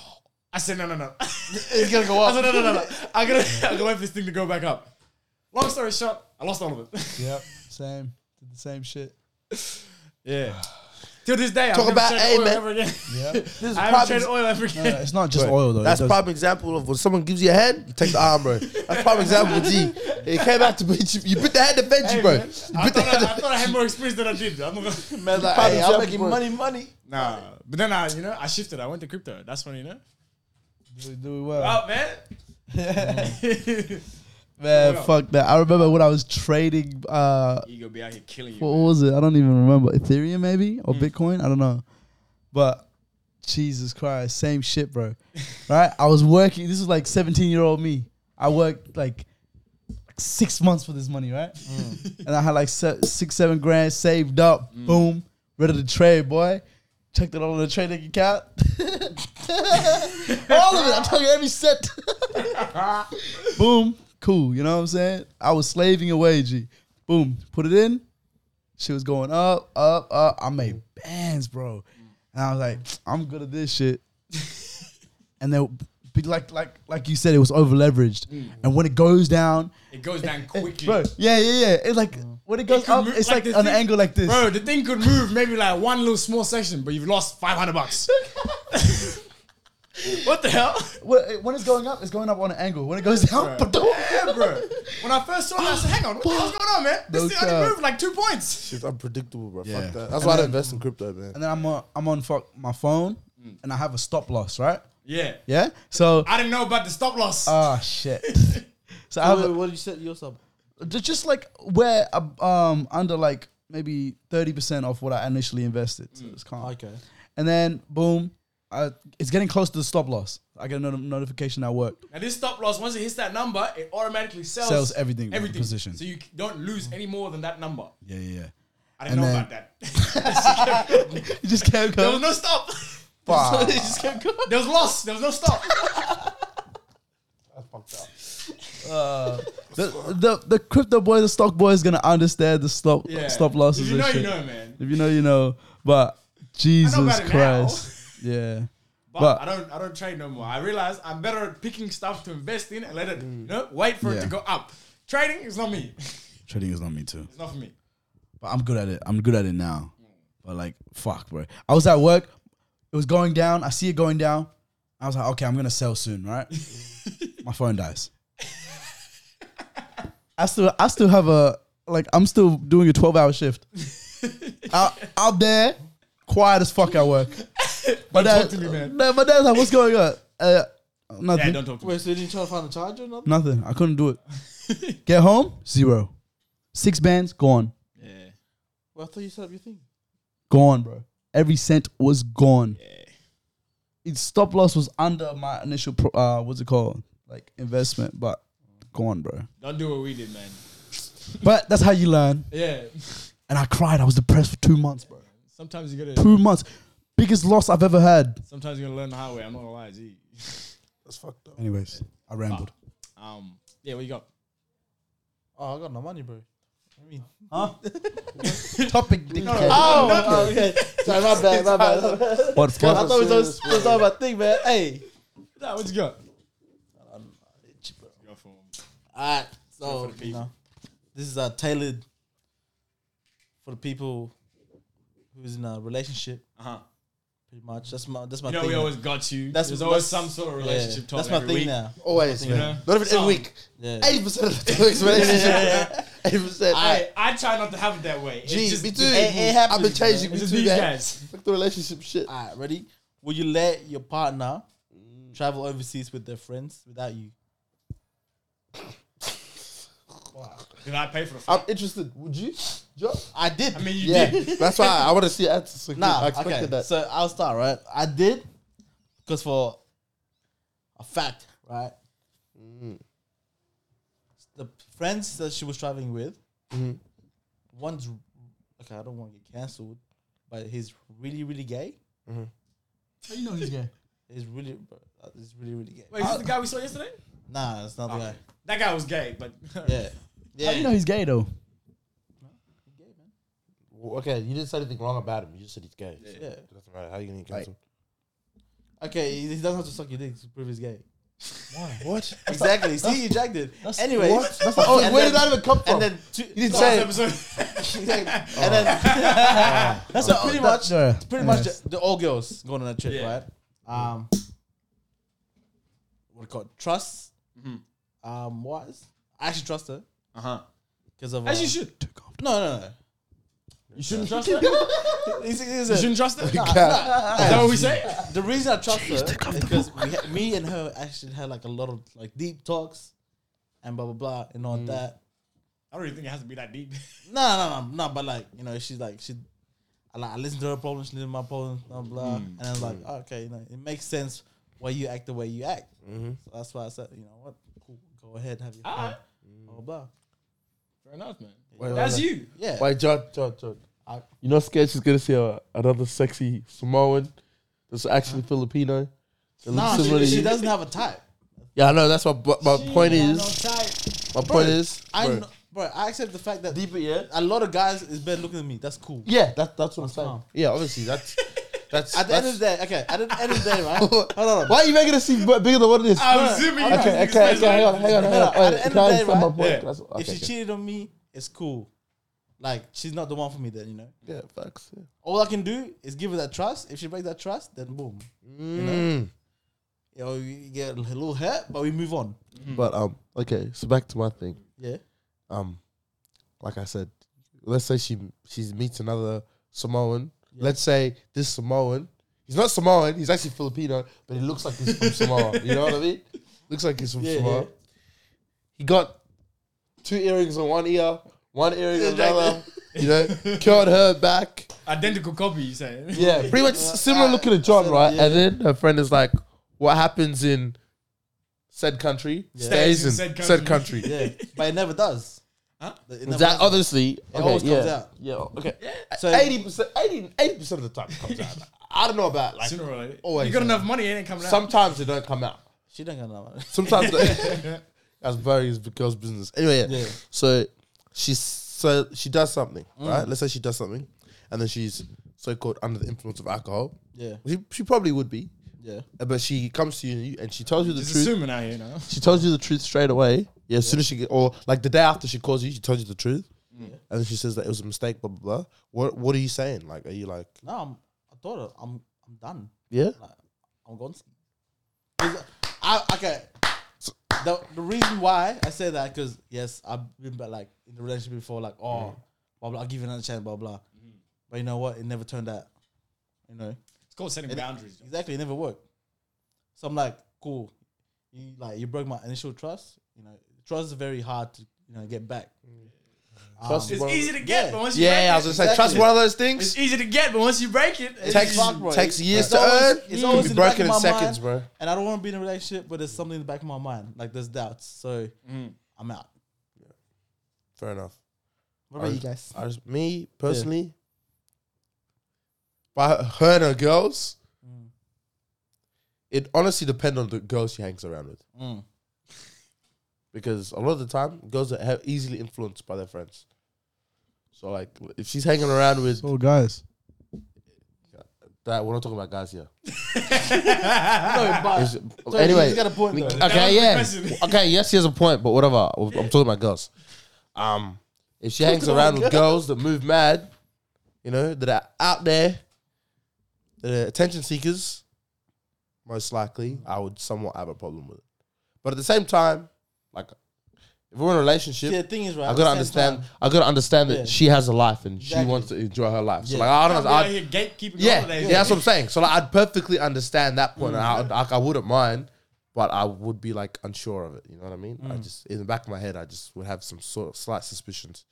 I said, no, no, no.
It's gonna go
I said,
up.
no, no, no, no. I'm gonna, I'm gonna wait for this thing to go back up. Long story short, I lost all of it.
Yep. Same. Did the same shit.
Yeah. Till this day,
Talk
I've
about
never
hey,
traded oil
man.
ever again.
Yeah.
This is
I haven't
prime
traded oil ever again.
It's not just
Bro,
oil though.
That's
It does-
prime example of when someone gives you a hand, you take the arm, bro. That's prime example of G. It came out to beat you. You bit the hand to fetch you,
Hey,
bro.
man,
You
I,
bit the
thought
hand
I, I
to
thought I had more experience than I did. I'm not gonna,
Man's like,
Probably
hey, I'm
jumped,
making
bro.
money, money.
nah, but then I, you know, I shifted. I went to crypto. That's when you know.
We do well.
Oh man,
Man,
Well.
fuck that. I remember when I was trading. Uh,
ego be out here killing you.
what was it? I don't even remember. Ethereum maybe or Bitcoin. I don't know. But Jesus Christ, same shit, bro. right? I was working. This was like 17 year old me. I worked like like six months for this money, right? and I had like se- six, seven grand saved up. Boom, ready to trade, boy. Checked it all on the trading account. all of it. I'm talking every cent. Boom, cool. You know what I'm saying? I was slaving away, G. Boom, put it in. She was going up, up, up. I made bands, bro. And I was like, I'm good at this shit. and then, be like, like, like you said, it was over leveraged. And when it goes down,
It goes down
it-
quickly,
bro, yeah, yeah, yeah. It's like when it goes
could
up,
move
it's
like
like,
this
on an
thing.
angle like this.
bro. The thing could move maybe like one little small section, but you've lost five hundred bucks. what the hell,
When when it's going up, it's going up on an angle. When it goes down,
yeah, bro? When I first saw it, I said, "Hang on, what the hell's going on, man? This
No
thing
cap.
only moved like two points."
It's unpredictable, bro.
Yeah.
Fuck that. That's
And
why I
then-
don't invest in crypto, man.
and then I'm on, I'm on fuck my phone, and I have a stop loss, right?
Yeah,
Yeah. So,
I didn't know about the stop loss.
ah, shit. so I
Wait,
have
wait,
a-
what did you set yourself?
Ju- just like where uh, um under like maybe 30% off what I initially invested. So it's calm.
Okay.
And then boom, I, it's getting close to the stop loss. I get a not- notification at work.
Now this stop loss, once it hits that number, it automatically sells,
Sells everything, the
everything
position.
So you c- don't lose any more than that number.
Yeah, yeah,
I didn't
And
know
then-
about that.
yeah. You just kept
there was
going.
no stop.
Fuck.
just kept going.
There was loss. There was no stop.
That's fucked up.
The, the the crypto boy, the stock boy is gonna understand the stop
Yeah.
stop losses.
If
and
you know, you
shit.
know, man.
If you know, you know. But Jesus
about it now.
Christ, yeah.
But,
But-
I don't. I don't trade no more. I realize I'm better at picking stuff to invest in and let it, you know, wait for it
Yeah.
to go up. Trading is not me.
Trading is not me too.
It's not for me.
But I'm good at it. I'm good at it now. But like, fuck, bro. I was at work. It was going down. I see it going down. I was like, okay, I'm gonna sell soon, right? My phone dies. I still, I still have a like. I'm still doing a 12 hour shift. out, out there, quiet as fuck at work. But
talk to me, man.
No, my dad's like, what's going on? Uh,
Yeah,
nothing.
don't talk to me.
Wait, so did you try to find a charger or nothing?
nothing. I couldn't do it. Get home, zero. Six bands gone.
Yeah.
Well, I thought you set up your thing.
gone, bro. Every cent was gone.
Yeah.
Its stop loss was under my initial, pro- uh, what's it called, like investment, but gone, bro.
Don't do what we did, man.
But that's how you learn.
Yeah.
And I cried. I was depressed for two months, bro.
Sometimes you gotta.
Two months, biggest loss I've ever had.
Sometimes you gotta learn the hard way. I'm not gonna lie, G.
That's fucked up.
Anyways, I rambled.
Um. Yeah. What you got?
Oh, I got no money, bro. I mean,
Topic.
oh, okay. Sorry, my bad, my bad. I
What
thought we
fuck?
was always- we was talking about thing, man. Hey,
Nah, what you got? You got for
alright.
Go for
So
the
you
people.
know, this is uh, tailored for the people who's in a relationship,
Uh huh.
pretty much. That's my that's my
You know,
thing.
we
now.
always got you.
Uh-huh. That's-
There's always
that's-
some sort of
Yeah,
relationship talk.
That's my
every
thing
week.
now.
Always,
You
man.
know?
Not even
Some.
every week.
Yeah.
Eighty percent of the time it's relationship. Eighty percent.
I I try not to have it that way. It's
Gee,
just,
me too.
it- it
I've
happens,
been changing.
man.
Me
It's
too,
just these
man.
guys.
Fuck the relationship shit.
All right, ready? Will you let your partner travel overseas with their friends without you?
Did I pay for the? F-
I'm interested. Would you, Joe?
I did.
I mean, you
Yeah,
did.
that's why I want to see answers. So
nah.
I expected
okay,
that.
so I'll start. Right, I did because for a fact, right? Mm. The friends that she was traveling with,
Mhm.
one's okay. I don't want to get cancelled, but he's really, really gay.
You know he's gay.
He's really, uh, he's really, really gay.
Wait, is this the guy we saw yesterday?
Nah, it's not the guy.
That guy was gay, but
Yeah, yeah.
How do you know he's gay though?
Well, okay, you didn't say anything wrong about him. You just said he's gay.
Yeah.
It doesn't matter. How you gonna
Like-
cancel?
Okay, he, he doesn't have to suck your dick to prove he's gay.
what?
Exactly. See, you jacked it. Anyway, Oh,
What? That's not- wait,
and
where
then-
did that even come from?
and then two, you
didn't
Last
say-
episode.
and then that's so pretty much
yeah.
pretty much
Yes.
the, the all girls going on a trip,
Yeah.
right? Um, what do you call it? trust?
Mm-hmm.
Um, what? is- I actually trust her
Uh huh.
because of
As you
uh,
should.
No, no, no.
You shouldn't trust her. You
It's- it's-
shouldn't trust her. Is
nah,
that what we say?
the reason I trust her is because we ha- me and her actually had like a lot of like deep talks and blah blah blah and
Mm.
all that.
I don't really think it has to be that deep.
No, no, no, no. But like, you know, she's like, she, I like, I listen to her problems, she listen to my problems, blah blah.
Mm,
And I was like, okay, you know, it makes sense why you act the way you act.
Mm-hmm.
So that's why I said, you know what, cool, go ahead, have your fun,
Alright.
blah blah.
Fair enough, man.
Wait,
That's
wait,
you.
Yeah,
Wait, John, John, John. You're not scared she's gonna see a, another sexy Samoan that's actually Filipino? That
no,
looks similar
she,
to
she
you?
doesn't have a type.
Yeah, I know. That's what but my point
Yeah,
is.
no type.
My point is.
I
bro,
know, bro, I accept the fact that
deeper, yeah.
a lot of guys is better looking than me. That's cool.
Yeah, that, that's what I'm saying.
fine.
Yeah, obviously that's that's.
At the
that's
end of the day, okay. At the end of the day, right? Hold on.
why are you making it seem b- bigger than what it is?
I'm assuming you
okay,
can
okay,
explain
okay, hang on, hang on, hang
No,
on.
no, at the
Wait,
end
can I
of the day,
understand my
right?
point?
Yeah.
That's- okay,
if she
okay.
cheated on me, it's cool. Like she's not the one for me. Then you know.
yeah, facts. Yeah.
All I can do is give her that trust. If she breaks that trust, then boom.
Mm.
You know, you get a little hurt, but we move on.
But um, okay. So back to my thing.
Yeah.
Um, like I said, let's say she she meets another Samoan. Let's say this Samoan. He's not Samoan. He's actually Filipino, but he looks like he's from Samoa. You know what I mean? Looks like he's from
Yeah,
Samoa.
yeah.
He got two earrings on one ear, one earring on the other. You know, cured her back.
Identical copy, you say.
Yeah, pretty much similar looking to John, right? And then her friend is like, "What happens in said country stays in said country."
Yeah. but it never does.
Huh?
It never
That
does.
obviously, okay,
always
yeah,
comes out.
Yeah, okay.
So-
Eighty percent, 80 percent of the time it comes out. I don't know about like.
Sooner or later.
Always.
you got enough money, it ain't coming out.
Sometimes it don't come out.
She don't gonna know.
Sometimes they- that's very it's girl's business. Anyway, yeah.
Yeah.
So she's so she does something, right? Let's say she does something, and then she's so called under the influence of alcohol.
Yeah.
She, she probably would be,
Yeah.
uh, but she comes to you and she tells you the
Just
truth.
assuming out here, you know.
She tells you the truth straight away. Yeah, as soon as she get, or like the day after she calls you, she tells you the truth. and then she says that it was a mistake, blah blah blah. What what are you saying? Like, are you like,
No, I'm, I thought it- I'm I'm done.
yeah?
Like, I'm gone. I, okay. The, the reason why I say that because yes, I've been but like in the relationship before, like oh, blah blah. I'll give you another chance, blah blah. But you know what? It never turned out. You know
It's called setting boundaries. John.
exactly. It never worked. So I'm like, cool. You like you broke my initial trust. You know, trust is very hard to you know get back.
Trust
Um,
is-
It's easy to get,
yeah.
but once you break
Yeah, I
it,
was gonna say
Exactly.
trust one of those things.
it's easy to get, but once you break it, it's
Takes
fuck, bro.
takes years
It's
to
always-
earn.
it's always
Be
in the back
broken in
of my mind.
seconds, bro.
and I don't want to be in a relationship, but there's something in the back of my mind, like there's doubts. So I'm out.
Fair enough.
What about you guys?
I just, me personally, by her and her girls, it honestly depends on the girls she hangs around with.
Mm.
Because a lot of the time, girls are have easily influenced by their friends. So like, if she's hanging around with
So guys,
that, we're not talking about guys here.
No, but
Is-
so
anyway,
he's got a point though.
okay, yeah,
was the question.
okay, yes, he has a point, but whatever. I'm talking about girls. Um, if she hangs around with girls that move mad, you know, that are out there, that are attention seekers, most likely, I would somewhat have a problem with it. But at the same time, like, if we're in a relationship,
Yeah, the thing is, right?
I
at the
gotta
same
understand.
time-
I gotta understand that
Yeah.
she has a life and she
Exactly.
wants to enjoy her life. So
Yeah.
like, I don't.
I'm
know.
out
I,
here gatekeeping
yeah,
holidays.
yeah, that's what I'm saying. So like, I'd perfectly understand that point, and I, would- like, I wouldn't mind, but I would be like unsure of it. You know what I mean?
Mm.
I just in the back of my head, I just would have some sort of slight suspicions.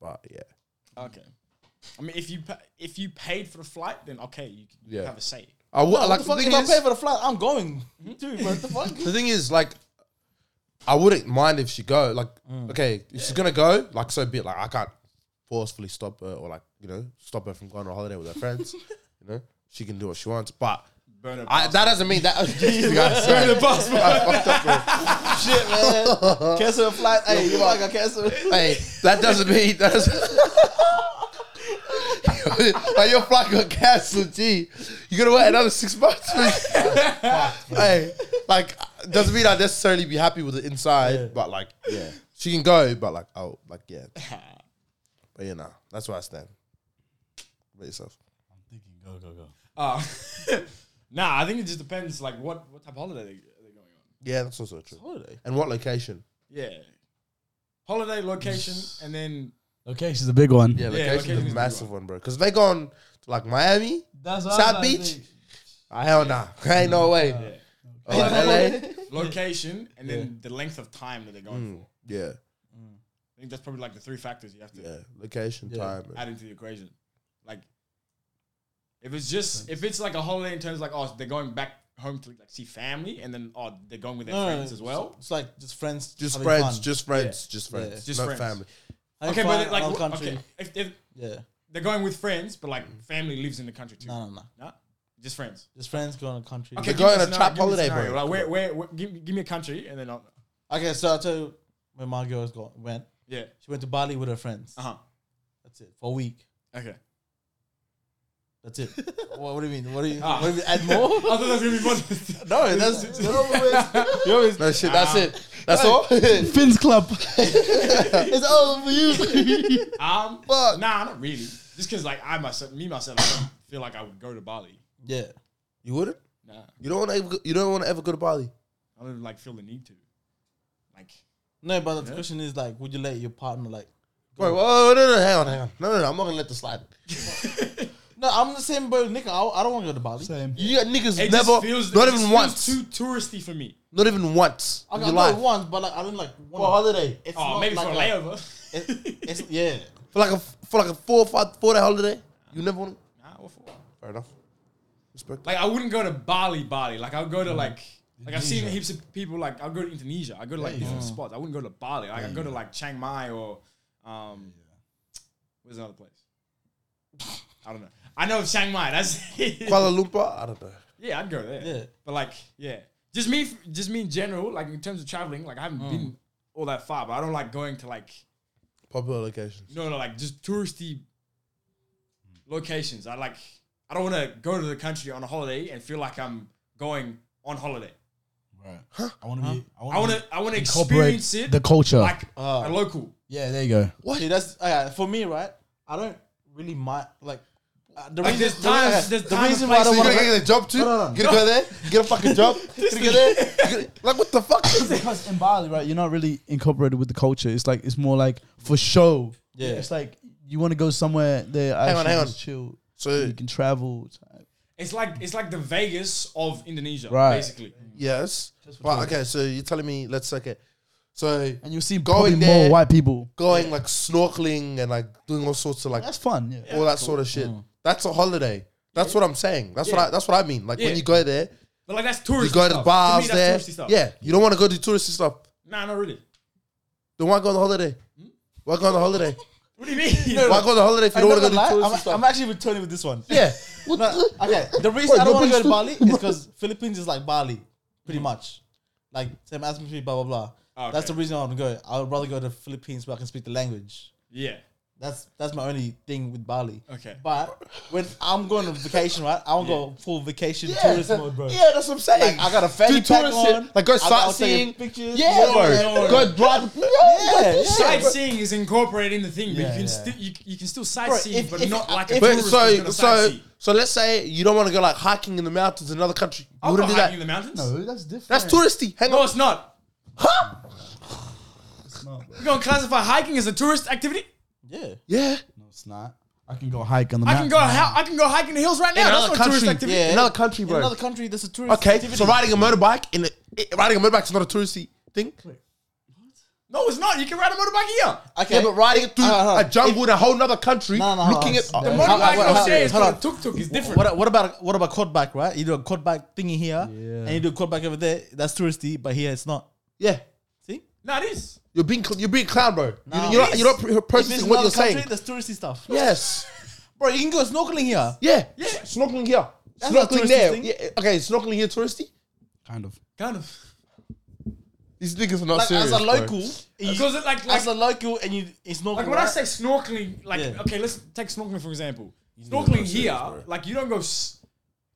But yeah,
Okay. I mean, if you pa- if you paid for the flight, then okay, you, you
Yeah.
have a say.
I would
What
like
the
the
fuck?
thing
If I pay
is,
for the flight, I'm going. Dude, what the fuck?
the thing is like. I wouldn't mind if she go like
Mm.
okay if she's gonna go like so be it like I can't forcefully stop her or like you know stop her from going on a holiday with her friends you know she can do what she wants but
Burn a
I, that doesn't mean that. guys, sorry. I fucked up, bro.
Shit, man. Cancel the flight. Hey, you fuck, I cancel.
Hey, that doesn't mean that doesn't. like your flight got cancelled, G. You gotta wait another six months. hey, like doesn't mean I necessarily be happy with it inside,
Yeah.
but like, yeah, she can go, but like, oh, like yeah, but you know, that's where I stand. About yourself.
Go, go, go.
Uh, nah, I think it just depends, like what what type of holiday they, are they going on.
Yeah, that's also true.
Holiday.
And what location?
Yeah, holiday location, and then
location's a big one.
Yeah,
Yeah,
location's
location
a
is a
massive one, bro. Because they gone to like Miami.
That's
what I South was like, Beach? Ah, hell nah. Ain't no way. Or Oh, like LA.
location, and then the length of time that they're going
Hmm.
for.
Yeah.
I think that's probably like the three factors you have to
Yeah. Location,
Yeah.
time. and-
add into the equation. Like, if it's just if it's like a holiday in terms of like oh they're going back home to like see family, and then oh they're going with their friends as well.
It's like just friends.
Just
having
friends,
fun.
just friends, just friends,
Yeah.
Just
no
friends.
family.
Having
okay,
fun
but
in
like
our country.
okay, if, if
Yeah.
they're going with friends, but like family lives in the country too.
No, no, no.
Nah, just friends.
Just friends going on a country.
Okay,
They're
give me
going
a
on a
scenario,
trap
give me a
holiday,
scenario.
bro.
Like, where, where, where- give, give me a country and then I'll.
Okay, so I'll tell you where my girl has gone, went.
Yeah.
She went to Bali with her friends.
Uh huh.
That's it. For a week.
Okay.
That's it. what, what do you mean? What do you,
Ah.
what do you mean? Add
I
more?
thought that was gonna be fun.
no, that's. you know, it's- you know, it's-
No shit, that's it. That's all.
Finn's Club.
It's all for you.
um.
Fuck.
Nah, not really. Just because like I myself, me myself, I don't feel like I would go to Bali.
yeah.
You wouldn't?
Nah,
You don't want to. Ever, you don't want to ever go to Bali.
I don't like feel the need to. Like,
No, but the
Yeah.
question is like, would you let your partner like?
Wait, oh no, no, hang on, hang on. No, no, no, I'm not gonna let this slide.
No, I'm the same boat, Nick. I, I don't want to go to Bali.
Same.
You got niggas
it
never,
just feels
not
it just
even
feels
once,
too touristy for me.
not even once
I
in
got
your
no
life.
once, but like I didn't like.
For a
Wanna,
holiday,
it's
Oh,
not
maybe
like
for a
like-
layover.
it- it's, yeah.
for like a for like a four or five four day holiday, you never want.
nah, what for?
Fair enough. Respect.
Like I wouldn't go to Bali, Bali. Like I'd go to like. Like I've seen heaps of people like I'll go to Indonesia. I go to like different spots. I wouldn't go to Bali. Like I go to like Chiang Mai or um, where's another place? I don't know. I know Chiang Mai. That's
Kuala Lumpur, I don't know.
yeah. I'd go there.
Yeah.
But like yeah, just me, just me in general. Like in terms of traveling, like I haven't been all that far, but I don't like going to like
Popular locations.
no no like just touristy locations. I like I don't want to go to the country on a holiday and feel like I'm going on holiday.
Right. I want to be.
I want
to.
to. I want to
Incorporate
experience it.
the culture.
like a
Ah.
local.
yeah, there you go.
See, that's okay, for me, right? I don't really mind like uh, the
Like,
reason.
there's
the way-
times-
okay,
there's
the
times
reason
and
why I
So
don't
you're
want
gonna
to
get a job too?
No, no, no.
You're gonna go there, get a fucking job, you're gonna go there. you're gonna- Like what the fuck?
because in Bali, right, you're not really incorporated with the culture. It's like it's more like for show.
Yeah.
it's like you want to go somewhere there. Hang
on, hang on.
chill.
So
You can travel.
It's like it's like the Vegas of Indonesia,
Right.
basically.
yes, well, okay. So you're telling me, let's okay. So
And you'll see
Going
probably
there-
more white people.
going like snorkeling and like doing all sorts of like
That's fun. Yeah.
all that sort of shit. That's a holiday. That's what I'm saying. That's what I, that's what I mean. Like
Yeah.
when you go there,
But like that's touristy.
you go to
stuff.
the
me,
bars
that's
there.
touristy stuff.
Yeah, you don't want to go do touristy stuff.
Nah, not really.
Then why go on the holiday? Why go on the holiday?
What do you mean?
Why go on the holiday if you don't
I'm,
want to go
not
do
gonna lie,
touristy
I'm-
stuff?
I'm actually returning with this one.
yeah,
No, okay, the reason I don't want to go to Bali is because Philippines is like Bali, pretty
Hmm.
much, like same atmosphere, blah blah blah.
Ah, Okay.
That's the reason I want to go. I would rather go to Philippines where I can speak the language.
yeah.
That's that's my only thing with Bali.
Okay.
but when I'm going on vacation, right? I want to go full vacation tourist mode, bro.
yeah, that's what I'm saying.
Like, I got a fanny
Do
pack
tourist shit.
on.
Like, go
I got- I'll take
sightseeing.
Pictures.
Yeah,
Yo,
bro. Go drive. Yeah,
Yeah,
yeah.
Sightseeing is incorporated in the thing, but you
Yeah,
can
yeah.
still you, you can still sightsee,
if-
but
if-
not like a
if-
But
tourist who's
so
gonna
so
sightsee.
so let's say you don't want to go like hiking in the mountains in another country. You
I'm not
wouldn't do
hiking
that.
in the mountains. No,
No, that's different.
That's touristy. Hang on.
it's not.
It's not.
You're gonna classify hiking as a tourist activity?
Yeah.
Yeah.
No, it's not. I can go hike on the
I can
mountain.
go. How, I can go hiking the hills right now. That's
another
not a tourist
country.
activity.
Yeah.
Another country,
In
bro.
another country, that's a tourist.
Okay,
activity.
so riding a motorbike in a, i- riding a motorbike is not a touristy thing.
No, it's not. You can ride a motorbike here.
Okay,
Yeah, but riding it through
Uh, hold on.
a jungle in a whole nother country,
No, no, hold
looking
on.
at
The
uh,
Hold on,
Motorbike
hold
in
on,
Australia is
hold
called
on.
a tuk tuk. It's different.
What, what about what about cod bike, right? You do a cod bike thingy here,
Yeah.
and you do a cod bike over there. That's touristy, but here it's not.
yeah,
See,
Nah, it is.
you're being cl- you're being clown, bro.
No.
you, are not,
It
you're not pr-
If
processing
it's
what
another
you're
country,
saying.
That's touristy stuff,
Yes,
bro. You can go snorkeling here.
yeah, yeah. Snorkeling here,
That's not a
snorkeling
touristy
there.
thing.
Yeah, okay, snorkeling here, touristy.
Kind of.
Kind of.
These niggas are not
Like
serious.
as a
bro.
local, you-
Because it, like, like,
as a local, and you it's snorkeling.
like when I
right?
say snorkeling, like
Yeah.
okay, let's take snorkeling for example. Snorkeling here, like you don't go. S-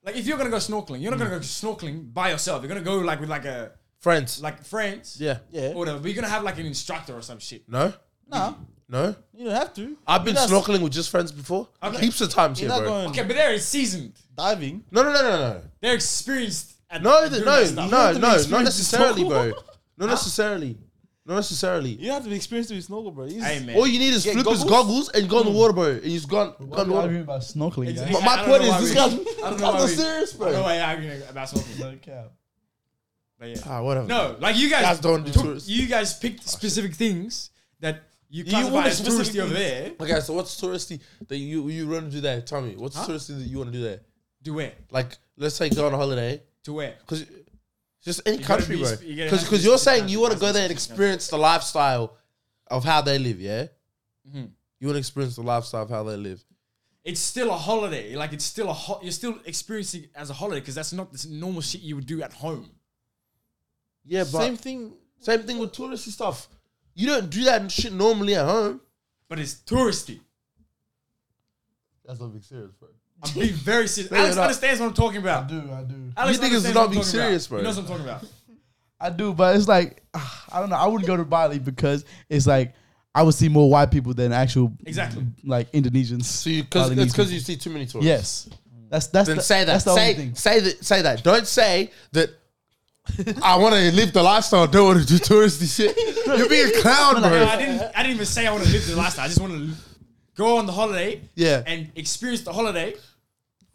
like if you're gonna go snorkeling, you're not gonna go
Mm.
snorkeling by yourself. You're gonna go like with like a
friends.
like friends,
yeah,
yeah,
or whatever. But you're gonna have like an instructor or some shit.
no,
nah,
no.
you don't have to.
I've been
You're not-
snorkeling with just friends before.
Okay.
Heaps of times here,
You're not
bro.
going
Okay, but they're seasoned.
diving.
No, no, no, no,
They're experienced. At
no, no,
doing
no,
that stuff.
no, no,
be
no,
experienced
not
to
necessarily, bro.
snorkel.
Not necessarily. Not necessarily.
You don't have to be experienced to be snorkel, bro. You just-
Hey man. Hmm.
All you need is
Get
flippers, goggles,
goggles?
and go in the water, bro. And you just go, on- go in
What are
the
you
water.
arguing about snorkeling?
It's-
guys?
it's-
My- my
I don't
point
know
is,
why
this
we-
guy's-
I don't know
I'm
why
not
we-
serious,
I don't know
bro.
why you're arguing about smoking.
No cap.
But yeah.
Ah, whatever.
No, like you guys,
Guys don't do
took-
tourists.
You guys picked specific things that you
want
classify
a
as
specific
touristy over
thing.
there.
Okay, so what's touristy that you you want to do there? Tell me, what's touristy that you want to do there?
Do where?
Like, let's say go on a holiday,
To where?
because just any
gotta
country,
be
bro.
sp- you gotta
Because
have
because
to
you're
speak
saying
country,
you want to
that's
go
a
there and
specific
experience the lifestyle of how they live, yeah.
Mm-hmm.
You want to experience the lifestyle of how they live.
It's still a holiday. Like it's still a ho- you're still experiencing it as a holiday because that's not the normal shit you would do at home.
Yeah, but
Same thing.
same thing with touristy stuff. You don't do that shit normally at home.
But it's touristy.
That's not being serious, bro.
I'm being very serious.
No,
Alex
you're not.
understands what I'm talking
I
about.
do. I do.
Alex
You think
understands
it's
what
not
I'm
being
talking about.
serious, bro.
He knows what I'm talking about.
I do, but it's like ah, I don't know. I wouldn't go to Bali because it's like I would see more white people than actual
Exactly.
like Indonesians.
So you because it's because you see too many tourists.
yes, that's that's
Then
the,
say that.
That's the
Say,
only thing.
say that. Say that. Don't say that. I want to live the lifestyle. I don't want to do touristy shit. You're being a clown,
No, I
bro.
didn't. I didn't even say I want to live the lifestyle. I just want to go on the holiday
Yeah.
and experience the holiday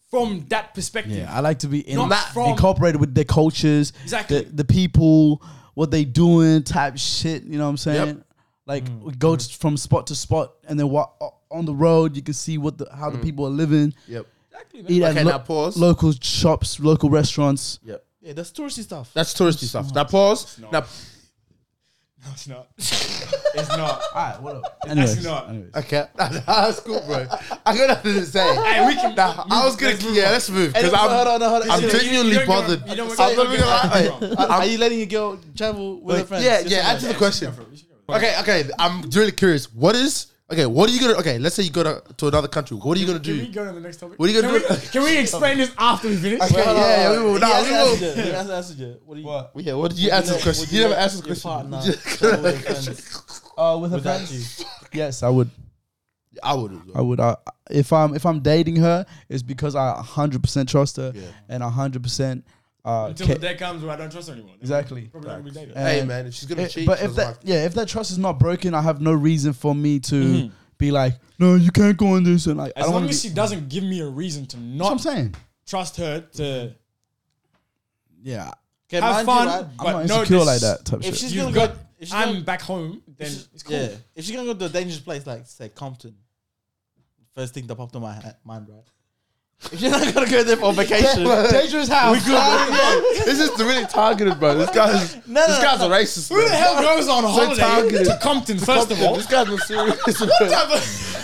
from that perspective.
Yeah, I like to be in,
Not
that-
from-
incorporated with their cultures,
Exactly.
the, the people, what they doing, type shit. You know what I'm saying?
Yep.
Like we go t- from spot to spot, and then wa- o- on the road you can see what the how the people are living.
Yep.
Exactly, man.
Eat at
Okay, now pause.
Local shops, local restaurants.
Yep.
Yeah, that's touristy stuff.
That's touristy stuff. Now pause.
not.
Now.
No, it's not. it's not.
All right, what up?
actually not.
anyways.
Okay. That's cool, bro. I got nothing to say.
Hey, we can.
Nah, I was gonna.
Let's move
yeah,
on.
let's move
Hey,
because
no,
I'm.
hold on, no, hold on.
I'm
You don't-
genuinely
you don't
bothered.
give a- you don't
I'm
give
not
a-
gonna lie.
you don't-
Hey,
Are, are you letting your girl travel with her
Wait,
friends?
yeah,
Yes
yeah.
or no?
Answer the question.
You should go.
Okay, okay. I'm really curious. What is Okay, what are you gonna? Okay, let's say you go to, to another country. What are you gonna
Can we
do?
go to the next topic?
What are you gonna
Can
do?
We, can we explain this after we finish?
Okay, yeah, yeah, we will. Nah,
Nah,
we will.
What do you?
What?
Yeah, what did you answer the question? You never answered the question.
question.
Uh, with her
Without
friends?
you,
Yes, I would.
I would. as well.
I would. I, if I'm if I'm dating her, it's because I 100 percent trust her
Yeah.
and 100 percent. Uh,
Until
ca-
the day comes where I don't trust her anymore. Then
Exactly.
Probably not gonna be dated.
And-
Hey man, if she's gonna
It-
cheat,
but
she
if
doesn't
that
have to.
yeah, if that trust is not broken, I have no reason for me to be like, no, you can't go on this, and like I
As
don't
long
wanna
as
be-
she doesn't give me a reason to
That's what I'm
not
saying.
trust her to
yeah,
Okay,
have
mind you, right,
fun,
I'm
but
not
no,
insecure
this-
like that type
If
shit.
she's
You've
gonna
got-
go, if she's
I'm
gonna,
back home, then
if she-
it's cool.
Yeah, if she's gonna go to a dangerous place like say Compton, first thing that popped on my ha- mind, right? If you're not gonna go there for vacation,
Dangerous house.
We good. yeah, this is really targeted, bro. This guy's
No, no,
this
no,
guy's
no.
a racist.
Who the hell goes on holiday
targeted.
to Compton, first of all?
this guy's not serious. bro.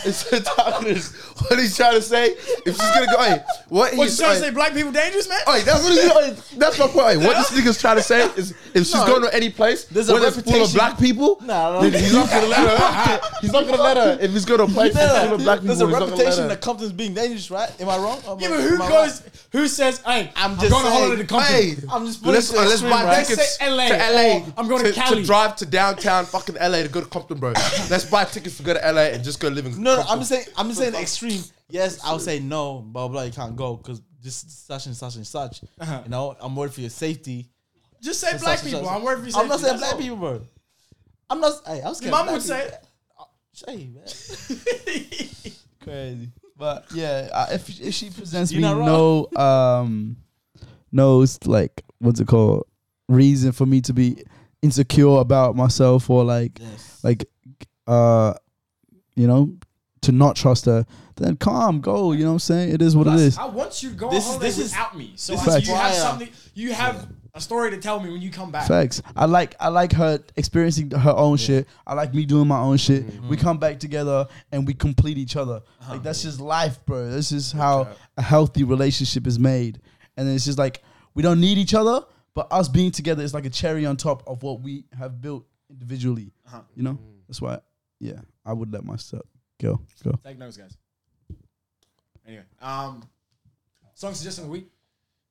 It's so targeted. What he's trying to say? If she's gonna go, hey, what
What,
he's
you trying to
hey,
say black people dangerous, man?
Oi, that's what he's oi, That's my point. Oi, what this nigga's trying to say is if she's going to any place
There's a
where there's full of
reputation-
black people,
Nah,
then he's not gonna let her. He's not gonna let her if he's going to a place that's full of black people.
there's a
he's not gonna let
reputation
her.
that Compton's being dangerous, right? Am I wrong? Am
Yeah,
I-
but who
am I
goes, who says, hey,
I'm
I'm,
just
going on
saying,
holiday to Compton?
Hey,
wrong? I'm just putting
Let's,
it to
let's
extreme,
buy
right?
Let's
tickets
say LA,
to LA.
Oh,
or I'm going to Cali.
drive to downtown fucking LA to go to Compton, bro. Let's buy tickets to go to LA and just go live in.
No, no,
Compton.
I'm just saying. I'm just saying extreme. Yes, I'll say no, blah blah. You can't go because this is such and such and such.
Uh-huh.
You know, I'm worried for your safety.
Just say
and
black
such and
people.
such.
I'm worried for you.
I'm not saying black people, bro. I'm not. Hey, I was.
Your mum would say,
"Hey, man."
crazy. But yeah, I- if if she presents
You're
me
not
no um no s- like what's it called reason for me to be insecure about myself or like
Yes.
like uh you know to not trust her, then calm go. You know what I'm saying? It is what it is.
I want you to go
This is-
on holiday
this is-
without me. So
this
I-
is
you have
why, uh,
something, you have a story to tell me when you come back.
Facts. I like I like her experiencing her own shit. I like me doing my own shit. We come back together and we complete each other. Like that's just life, bro. This is how a healthy relationship is made. And it's just like we don't need each other, but us being together is like a cherry on top of what we have built individually.
Uh-huh.
You know? That's why yeah, I would let myself go. Go.
Take notes, guys. Anyway, um, song suggestion of the week.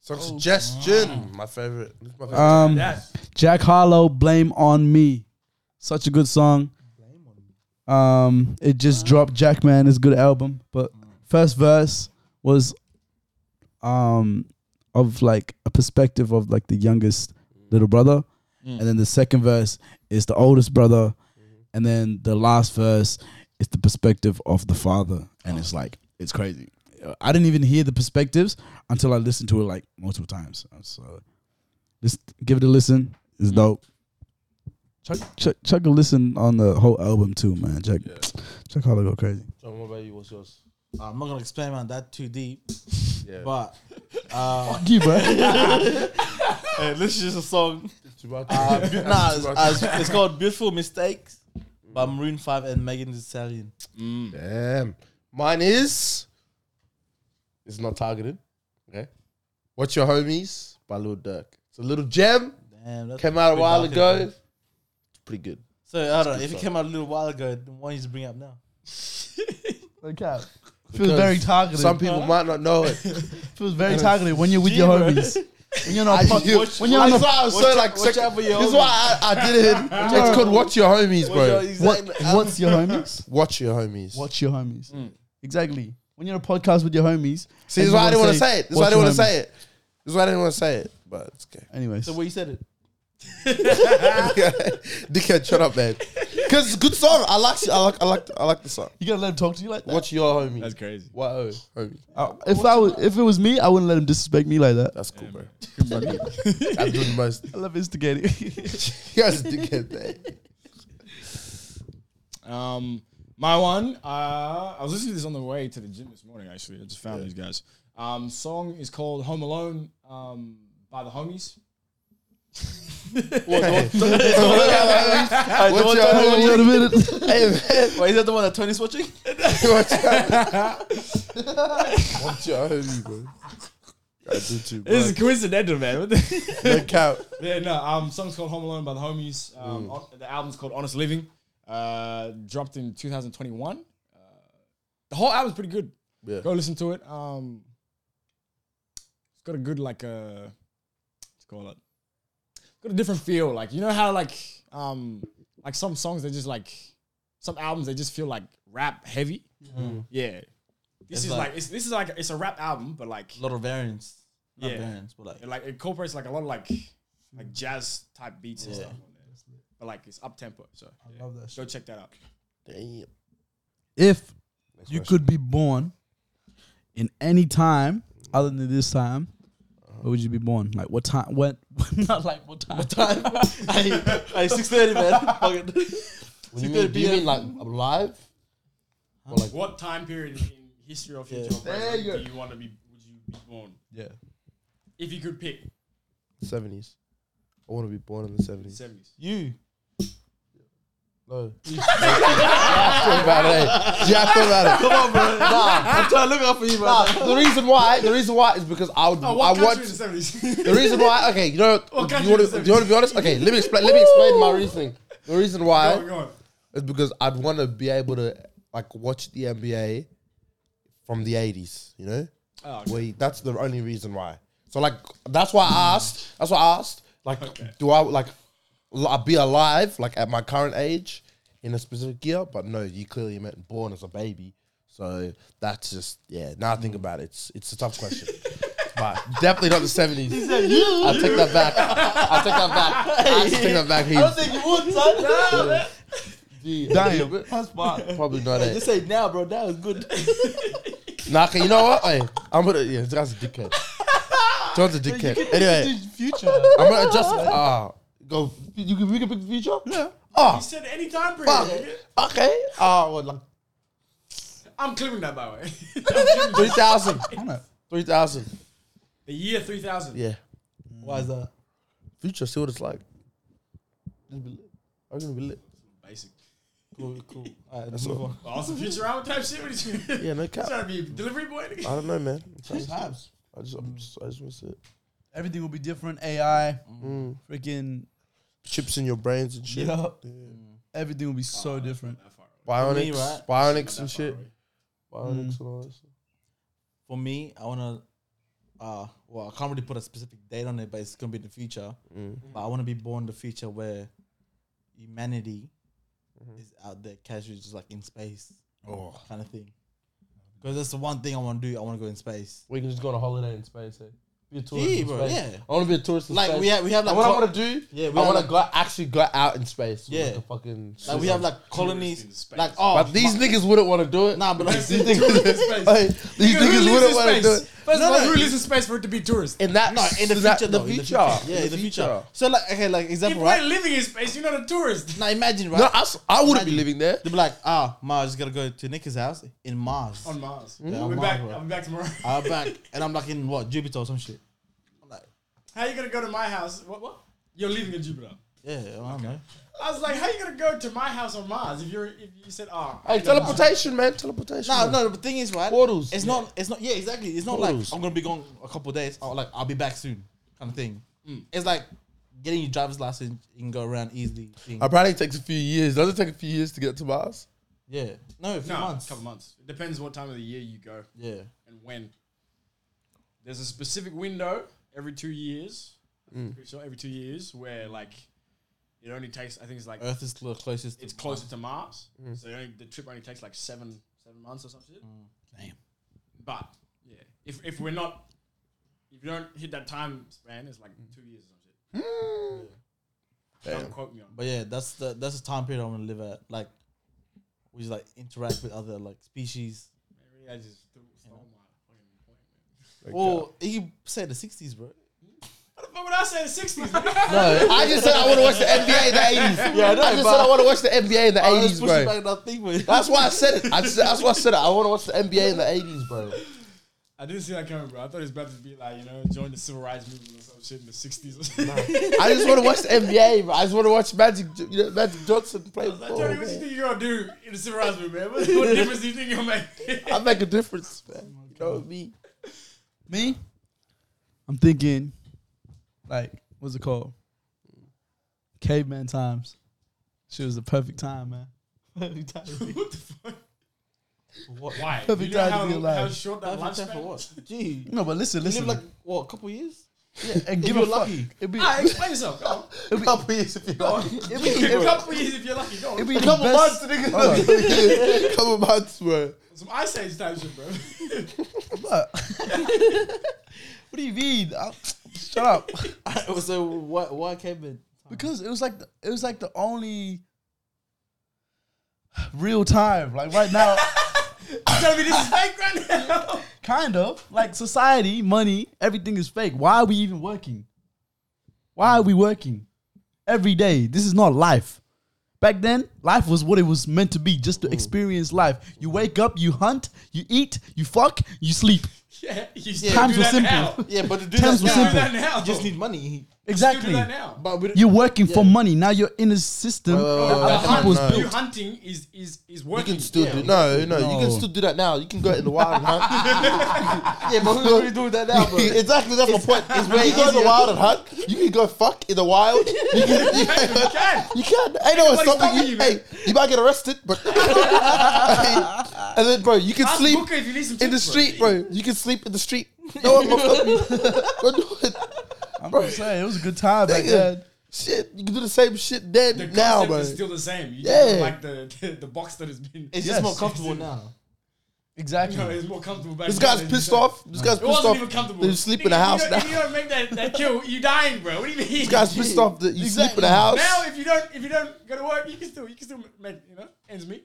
So suggestion, my favorite. This is my favorite.
Um
That
Jack Harlow, Blame on Me. Such a good song. Um, it just dropped Jackman, it's a good album. But first verse was um of like a perspective of like the youngest little brother. And then the second verse is the oldest brother. And then the last verse is the perspective of the father. And it's like it's crazy. I didn't even hear the perspectives until I listened to it like multiple times. So just give it a listen. It's
Mm.
dope. Chuck, chuck, chuck a listen on the whole album too, man. Chuck, Chuck Harlow go crazy.
So what about you? What's yours?
I'm not gonna explain on that too deep,
Yeah,
but uh,
You, bro.
hey, this is just a song.
Too much.
Uh,
Yeah,
nah,
too
it's,
much.
uh, it's- it's called "Beautiful Mistakes" by Maroon Five and Megan Thee Stallion.
Mm,
Damn. Mine is. It's not targeted. Okay. What's Your Homies by Lil Durk. It's a little gem.
Damn, that's
Came out a
pretty
while
dark,
ago.
bro.
It's pretty good.
So I don't know if
song.
it came out a little while ago. Then why don't you just bring it up now?
okay. Feels
Because
very targeted.
Some people might not know it.
feels very targeted when you're with your homies. When you're not,
I,
pop-
you,
when you're on
that's
the,
why I was so
Watch-
like.
watch
sec-
out for your
this is
homies.
why I, I did it. It's called Watch Your Homies,
Yo,
bro.
exactly.
what, what's your homies?
Watch Your Homies.
What's your homies? Exactly. When you're on a podcast with your
Mm. See,
homies. and
this is
you
why I didn't want to say it. This is why I didn't
"What's your
want to
homies?"
say it. This is why I didn't want to say it. But it's okay.
Anyways.
So where you said it?
Dickhead, shut up, man. Because it's a good song. I like, I like, I like, I like the song.
you gotta let him talk to you like that.
Watch your homie.
that's crazy.
Why oh, homie?
Uh, if I was, if it was me, I wouldn't let him disrespect me like that.
That's cool, bro. I'm doing the most.
I love instigating.
You guys are dickhead, man.
Um, my one. Uh, I was listening to this on the way to the gym this morning. Actually, I just found these guys. Um, song is called "Home Alone" um, by the Homies.
Hey, the
What's
one
your
Tony-
homie?
Wait a minute.
Hey, man.
Wait, is that the one that Tony's watching?
Watch your- Watch your homie, bro. I do too, bro.
This is coincidental, man. What the-
No cap.
yeah, no. Um, song's called "Home Alone" by the Homies. Um, on- the album's called "Honest Living." Uh, dropped in 2021. Uh, the whole album's pretty good.
Yeah.
Go listen to it. Um, it's got a good like uh, what's it called it. It's got a different feel. Like you know how like um like some songs they just like some albums they just feel like rap heavy.
Mm,
Yeah. This
It's
is
like-
like, it's, this is like it's a rap album, but like
A lot of variants. Not
Yeah.
variants, but like
it like incorporates like a lot of like like jazz type beats and stuff on there. But like it's up tempo, so yeah.
love that shit.
go check that out.
Damn.
If you could be born in any time other than this time, where would you be born? Like what time? When? Not like what time? Uh-huh. What time?
hey, hey, six thirty, man. Fuck
What
it.
do you mean? Do you mean like alive? Or like
What time period in history or future or
There
present
you go.
do you want to be? Would you be born
yeah,
if you could pick
seventies? I want to be born in the seventies.
seventies?
You.
No. yeah, I thought about it. eh? Yeah, I thought about it. Come on, bro. Nah,
I'm trying to look out for you, man.
nah. The reason why, the reason why is because I would,
Oh,
I
what
want.
country in the
The
seventies?
reason why, okay, you know,
What
do
country
you want
is
to,
it?
do you want to be honest? Okay, let me explain. Let me explain my reasoning. The reason why. It's because I'd want to be able to like watch the NBA from the eighties. You know,
Oh, okay.
where you- that's the only reason why. So like that's why I asked. That's why I asked. Like, do I like l- I be alive like at my current age in a specific year? But no, you clearly meant born as a baby. So that's just yeah. Now I think
Hmm.
about it, it's it's a tough question. But definitely not the seventies. I take that back. I take that back. I take that back.
I don't
Heath.
think you would, son.
Damn.
That's fine.
Probably not it.
Just say it now, bro. Now is good.
Nah, okay, you know what? Hey, I'm gonna yeah, this guy's a dickhead. John's a dickhead. Anyway,
Future.
I'm gonna adjust. Ah, go. You can we can pick the future. Yeah.
You
Oh,
said any time period.
fuck.
nigga.
Okay. Oh, well, like
I'm clipping that by the way.
three thousand. Three thousand.
the year three thousand.
Yeah.
Why is that?
Future. See what it's like. Just be lit. I'm gonna be lit.
Basic.
Cool, cool. All right, let's move on.
Oh, some Futurama type shit. What are you doing?
Yeah, no cap. Ah.
Trying to be delivery boy. Nigga?
I don't know, man. I just,
Times.
I just, I'm just, I just want to see it.
Everything will be different. AI,
Mm.
freaking
Chips in your brains and shit.
Yeah. Uh-huh. Everything will be so different.
That far away.
Bionics,
Me, right?
bionics and
That far
shit.
away.
Bionics
Mm.
and all that. Stuff.
For me, I wanna. Uh, well, I can't really put a specific date on it, but it's gonna be in the future.
Mm.
But I want to be born in the future where humanity is out there casually, just like in space,
Mm-hmm. Oh,
kind of thing. Because that's the one thing I want to do. I want to go in space.
we can just go on a holiday in space. Hey? Be a tourist.
Yeah,
in
bro,
space.
yeah.
I want to be a tourist. In
Like
space.
we have, we have like
And what I
col-
want to do,
Yeah,
yeah,
we
I
have
want
like-
to go actually go out in space. with,
Yeah.
like a fucking.
like we have like
in
colonies,
space.
like oh,
but these
my-
niggas wouldn't want to do it.
nah, but like
these niggas, Hey, these
Nigga, who
niggas
lives in
wouldn't want to
space?
do it.
First
No,
of all,
no.
who lives in space for it to be tourists?
In that,
no,
so
in the future,
that-
though,
the
in the
future,
future, yeah, in the future. So like, okay, like
If
example,
we're
right?
living in space, you're not a tourist.
Now imagine, right?
No, I, s- I wouldn't be
Imagine.
living there.
They'll be like, ah, Ma, I just gotta go to Nick's house in Mars.
On Mars.
on
I'll, be
Mars,
back,
bro.
I'll be back tomorrow.
I'm back, and I'm like in what Jupiter or some shit. I'm like,
How you gonna go to my house? What? what? You're leaving in Jupiter.
yeah, I don't know.
I was like, how you gonna go to my house on Mars if you're if you said, oh,
Hey, teleportation, man, teleportation.
No,
man.
no, the thing is, right?
Portals.
It's not. It's not. Yeah, exactly. It's not
Portals.
like I'm gonna be gone a couple of days. Oh, like I'll be back soon, kind of thing. It's like getting your driver's license. You can go around easily. Thing.
I probably takes a few years. Does it take a few years to get to Mars?
yeah. No, a few
no,
months.
a couple months. It depends what time of the year you go
Yeah.
and when. There's a specific window every two years.
Mm.
So every two years, where like it only takes, I think it's like
Earth is Mm. the closest.
it's closer to Mars, so it only, the trip only takes like seven seven months or something.
Damn.
But yeah, if if we're not, if you don't hit that time span, it's like
Mm.
two years or something.
Hmm.
Don't quote me on.
But yeah, that's the that's the time period I want to live at. Like, we just like interact with other like species.
Maybe I just th- stole my fucking point. man.
Or you say the sixties, bro.
What the fuck would I say in the sixties? That's
No, I just said I want to watch the NBA in the eighties. Yeah, I, just said I want to watch the NBA in the
I was
eighties,
pushing
bro.
back that thing, bro.
That's why I said it. I just, that's why I said it. I want to watch the NBA in the eighties, bro.
I didn't see that coming, bro. I thought it was about to be like you know join the civil rights movement or some shit in the sixties. or something.
I just want to watch the NBA. Bro. I just want to watch Magic, J- you know, Magic Johnson play
Like,
Oh,
Johnny, what do you
ball.
think you're gonna do in the civil rights movement? What, what difference do you think you'll make?
I make a difference, man. You know me.
Me? I'm thinking, like, what's it called? Caveman times. She was the perfect time, man.
Perfect time.
what the fuck?
What?
Why?
Perfect
you know
time
how,
to be
how
alive.
short that
Perfect time
lifespan
for
was?
what? Gee,
No, but listen,
you live
listen.
like what? A couple years?
and give
you're
a fuck.
lucky.
It'd be,
Ah, explain yourself. Go on.
A couple years if you
Oh,
Go on.
like.
it'd be,
a
it'd be,
couple years if you're lucky. Go
it'd
on.
be the
Couple months,
best. Hold on.
nigga. couple months, bro.
Some ice age type shit, bro.
What? what do you mean? i shut up.
so why why came in?
Because it was like the, it was like the only real time. Like right now,
It's gonna be this is fake right now.
kind of like society, money, everything is fake. Why are we even working? Why are we working every day? This is not life. Back then, life was what it was meant to be, just to experience life. You wake up, you hunt, you eat, you fuck, you sleep.
Yeah, you still
Times
do
were
that
simple.
now. You
Yeah, but to do
Terms were
that now,
do
simple.
that now.
you just need money.
Still
Exactly.
do that now.
But we don't-
You're working for money. Now you're in a system
Wait, wait, wait,
that
wait,
other
wait,
The
come on,
people
hunt,
no.
built.
you hunting is is is
You
working.
can still
yeah.
do no, no, You
No.
can still do that now. You can go out in the wild and hunt.
yeah, but who's really doing that now, bro?
exactly, that's the point. It's when you go in the
easier.
wild and hunt, you can go fuck in the wild. You can, you
You
can,
can.
you can. Ain't no one
Nobody's
stopping
stopping
you.
you, man.
Hey, you might get arrested, but and then, bro, you can
Ask
sleep
Booker if you need some
in the
tips, bro.
street, bro. You can sleep in the street. No one will stop you. Go do it.
I'm just saying, it was a good time back
Nigga,
then.
Shit, you can do the same shit then
The
now,
concept
bro.
is still the same. You
Yeah.
just don't like the, the the box that has been.
It's
Yes.
just more comfortable now.
Exactly.
No, it's more comfortable back
This
then
guy's
than
pissed
now.
off. This guy's
It
pissed
wasn't even
off.
comfortable.
They sleep
Nigga,
in a house
if you
now.
don't- If you don't make that, that kill, you dying, bro. What do you mean?
This guy's pissed off that you sleep in a house.
Now, if you don't, if you don't go to work, you can still, you can still make, you know, ends meet.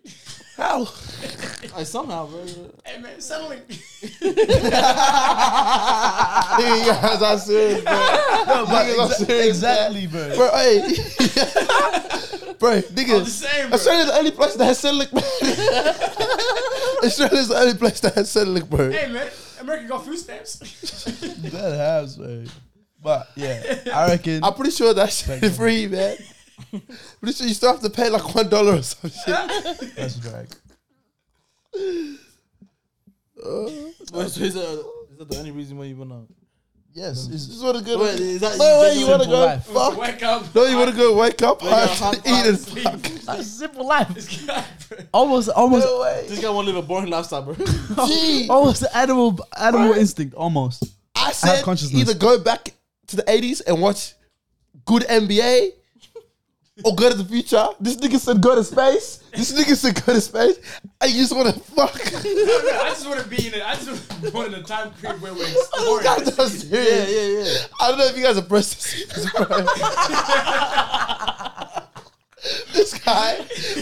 How?
Like, somehow, bro.
hey man, settling.
Nigga, you guys are serious, bro.
No, but
Niggas are
exa-
serious,
exactly, bro.
Bro, hey. bro,
I'm
nigga.
just saying, bro.
Australia's the only place that has Selic, man. Australia's the only place that has Selic, bro.
Hey man, America got food stamps.
That has, bro. But yeah, I reckon.
I'm pretty sure that shit is
you.
free, man. pretty sure you still have to pay like one dollar or some shit.
That's drag.
Wait, so is, that, is that the only reason why you wanna?
Yes,
This
it's
is what a good.
Wait, is that-
no,
is
wait,
that
you
your
wanna go
life?
fuck?
Wake up.
No, you wanna go wake up,
up,
hunt,
hunt,
eat, and
sleep.
fuck.
a simple life.
This guy, bro.
Almost, almost,
No way.
This guy wanna live a boring lifestyle, bro.
Gee.
almost animal, animal instinct. Almost.
I said
consciousness.
either go back to the eighties and watch good NBA or go to the future. This nigga said go to space. This nigga said go to space. I just wanna fuck.
No, no, I just want to be in it. I just want to in a time period where we're
These
exploring.
guys are
yeah,
serious.
yeah,
I
yeah.
don't know if you guys are processing this, bro. this guy,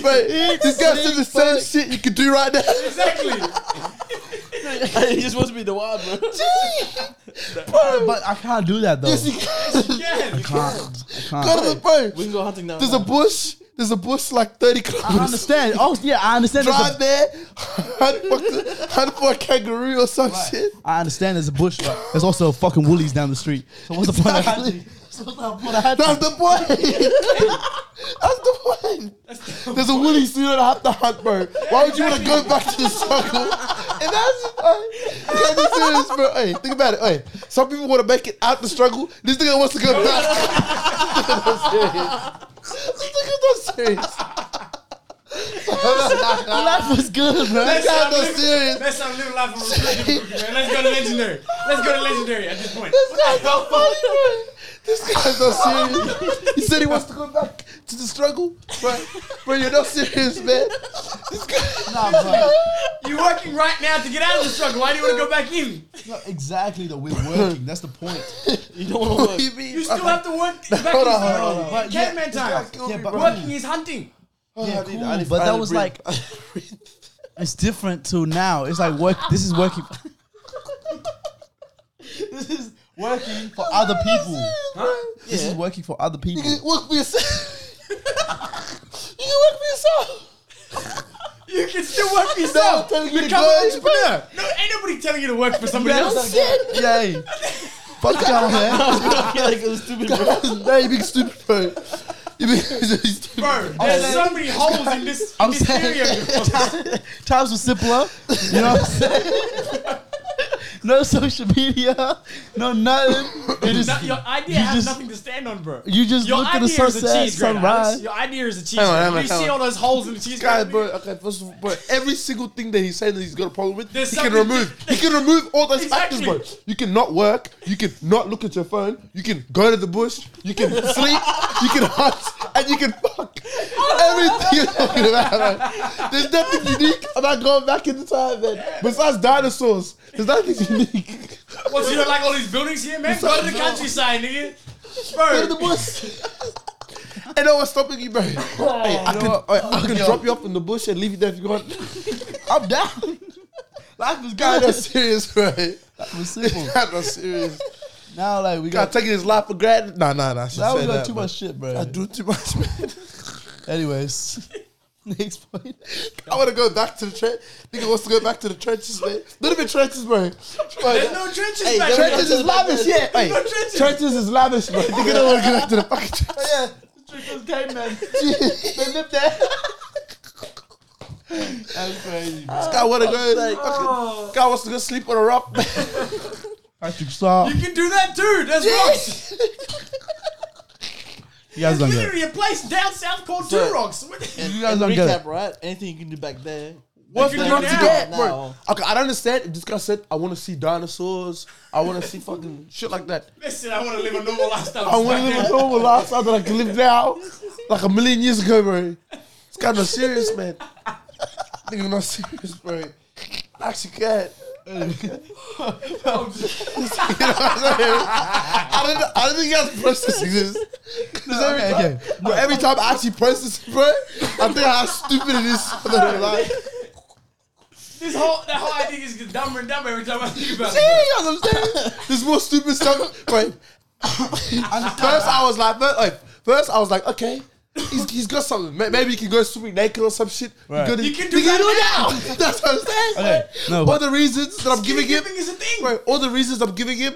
bro, this guy said the same shit you could do right now.
Exactly.
he just wants to be in the wild, bro.
But I can't do that though.
Yes, you can.
Yeah.
can't. I
Go
can't.
to the bro.
We can go hunting now.
There's a
now.
bush. There's a bush like 30
I
kilometers.
understand. Oh yeah, I understand. there's
drive
a-
there, hunt for, hunt for a kangaroo or some shit.
I understand. There's a bush, but there's also a fucking Woolies down the street. So what's the point of hunting?
That's the point. That's the point. There's a woolly suit and I have to hunt, bro. Why would you want to go back to the struggle? And that's bro. Yeah, this serious, bro. Hey, think about it. Hey, some people want to make it out the struggle. This nigga wants to go back. This nigga's not serious.
Life was good, bro.
This guy's
Let's not
not
live,
serious.
let's not live life on restriction, man. Let's go to legendary. Let's go to legendary at this point.
This guy's not funny, bro. This guy's not serious. He said he wants to go back to the struggle, bro. Bro, you're not serious, man. This guy.
Nah, bro.
You're working right now to get out of the struggle. Why do you want to go back in?
Not exactly though. We're working. That's the point.
You don't want
What
to
do
work.
you mean?
You still have to work back in the
Hold on, hold on,
struggle.
hold on.
Caveman
This guy
times.
killed
Yeah,
me,
but-
bro.
Working is hunting.
Yeah,
I need-
cool.
I need
but that
finally
was
breathe.
like it's different to now. It's like work. This is working. this is working for other people. This is working for other
You
people.
can work for yourself. you can work for yourself.
You can still work for
No, I'm
yourself.
telling you to
Become
go
an
in, bro.
entrepreneur. No, ain't nobody telling you to work for somebody else.
Shit.
Yay! Fuck y'all, man.
like it was stupid, bro.
Now you big stupid, bro. You big stupid.
Bro, there's
saying-
so many holes in this, in
I'm
this
saying-
area.
Times were simpler. You know what I'm saying? no social media, no nothing. You
No,
just,
your idea
you
has
just-
nothing to stand on, bro.
you just
Your
look at the
idea is a
sunset,
cheese grater. Alex.
sunrise.
Your idea is a cheese
Hang on,
grater.
hang on,
you
hang
see
on.
all those holes in the cheese
This guy,
grater?
bro. Okay, first of all, bro, every single thing that he's saying that he's got a problem with,
There's
he can
something-
remove. He can remove all those
Exactly.
factors, bro. You can not work. You can not look at your phone. You can go to the bush. You can sleep. You can hunt, and you can fuck. Everything you're talking about, man. There's nothing unique about going back in the time, man. Besides dinosaurs, there's nothing unique.
What, you don't like all these buildings here, man? Go to the countryside, nigga.
Go to the
Bro,
bush. And no one's stopping
Oh,
you, bro. hey, I can, hey, I can drop you off in the bush and leave you there if you want.
I'm down. Life is
God,
good.
that's serious, bro.
It was simple.
God, that's serious.
Now, like, we
God,
got,
taking his life for granted. Nah, nah, nah. I should
now
say
we got
that,
too
man.
much shit, bro.
I do too much, man.
Anyways, next point.
I want to go back to the trench. Nigga wants to go back to the trenches, man. Not even trenches, bro.
there's
bro
no trenches
Hey,
back
there
there.
trenches is lavish, yeah. Hey,
No trenches.
trenches is lavish, bro. Nigga don't want to go back to the fucking trenches.
yeah, this game, man. they live there. That's crazy. Bro.
This guy want to go. fucking, guy wants to go sleep on a rock, man.
Patrick Star.
You can do that too. There's rocks.
You guys don't
There's
get it.
literally a place down south called Two
So-
Rocks. What the-
You guys
And
don't
recap,
get it.
right? Anything you can do back there.
What's
If
the
you
not
do
to
now-
get, bro?
now.
Okay, I don't understand. If this guy said, I want to see dinosaurs. I want to see fucking shit like that.
Listen, I want to live a normal lifestyle.
I want to live a normal lifestyle that I can live now, like a million years ago, bro. It's kind of serious, man. Nigga, not serious, bro. I actually can't. I don't. I don't think you guys processing this. Because every,
okay,
time-
okay.
bro, every time I actually process it, bro, I think how stupid it is. I don't know, like,
This whole that whole idea is getting dumber and dumber every time I think about
yeah,
it.
you know what I'm saying? There's more stupid stuff. Bro, first I was like, fir- like, first I was like, okay, he's, he's got something. May- Maybe he can go swimming naked or some shit.
Right.
gotta-
You can do
Nigga,
that
it now. That's what I'm saying.
Okay,
bro.
no,
all
but-
the reasons that I'm giving him,
Giving is a thing.
bro, all the reasons I'm giving him,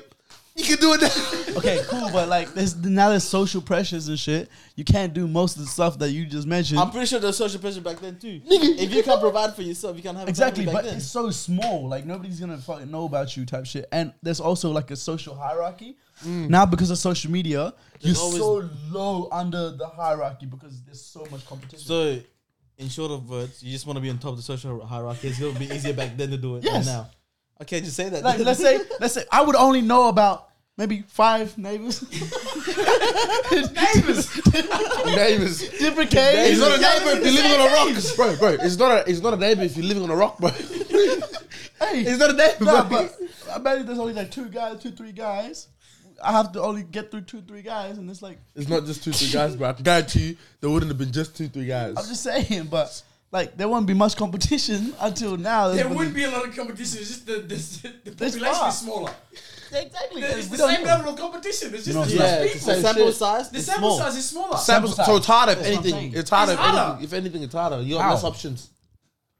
you can do it now.
Okay, cool, but like there's now there's social pressures and shit. You can't do most of the stuff that you just mentioned.
I'm pretty sure there's social pressure back then too. if you can't provide for yourself, you can't have a
exactly,
family
but
back then.
it's so small. Like nobody's gonna fucking know about you, type shit. And there's also like a social hierarchy. Now because of social media, you're
always-
so low under the hierarchy because there's so much competition.
So, in short of words, you just want to be on top of the social hierarchy. It's gonna be easier back then to do it
Yes.
than now. Okay, just say that.
like let's say let's say I would only know about maybe five neighbors,
Neighbors.
Neighbors.
different caves.
It's not a
Yeah,
neighbor if you're living on a rock, bro. Bro, it's not a it's not a neighbor if you're living on a rock, bro.
Hey,
It's not a neighbor,
Nah,
bro.
but I bet there's only like two guys, two, three guys. I have to only get through two, three guys, and it's like
It's not just two three guys, bro. I guarantee you, there wouldn't have been just two three guys.
I'm just saying, but like there won't be much competition until now.
There would be a lot of competition. It's just the the, the
There's
population
far.
is smaller.
exactly.
It's
We
the
don't
same
know.
level of competition. It's just
No,
the
it's
yeah,
less
it's
people.
the sample
Same shit.
size.
The
it's
sample
small.
size is smaller.
Sample
Sample
so it's harder if
That's what I'm
anything.
saying.
It's harder,
It's
if,
harder.
Anything, if anything. It's harder. You got
How?
less options.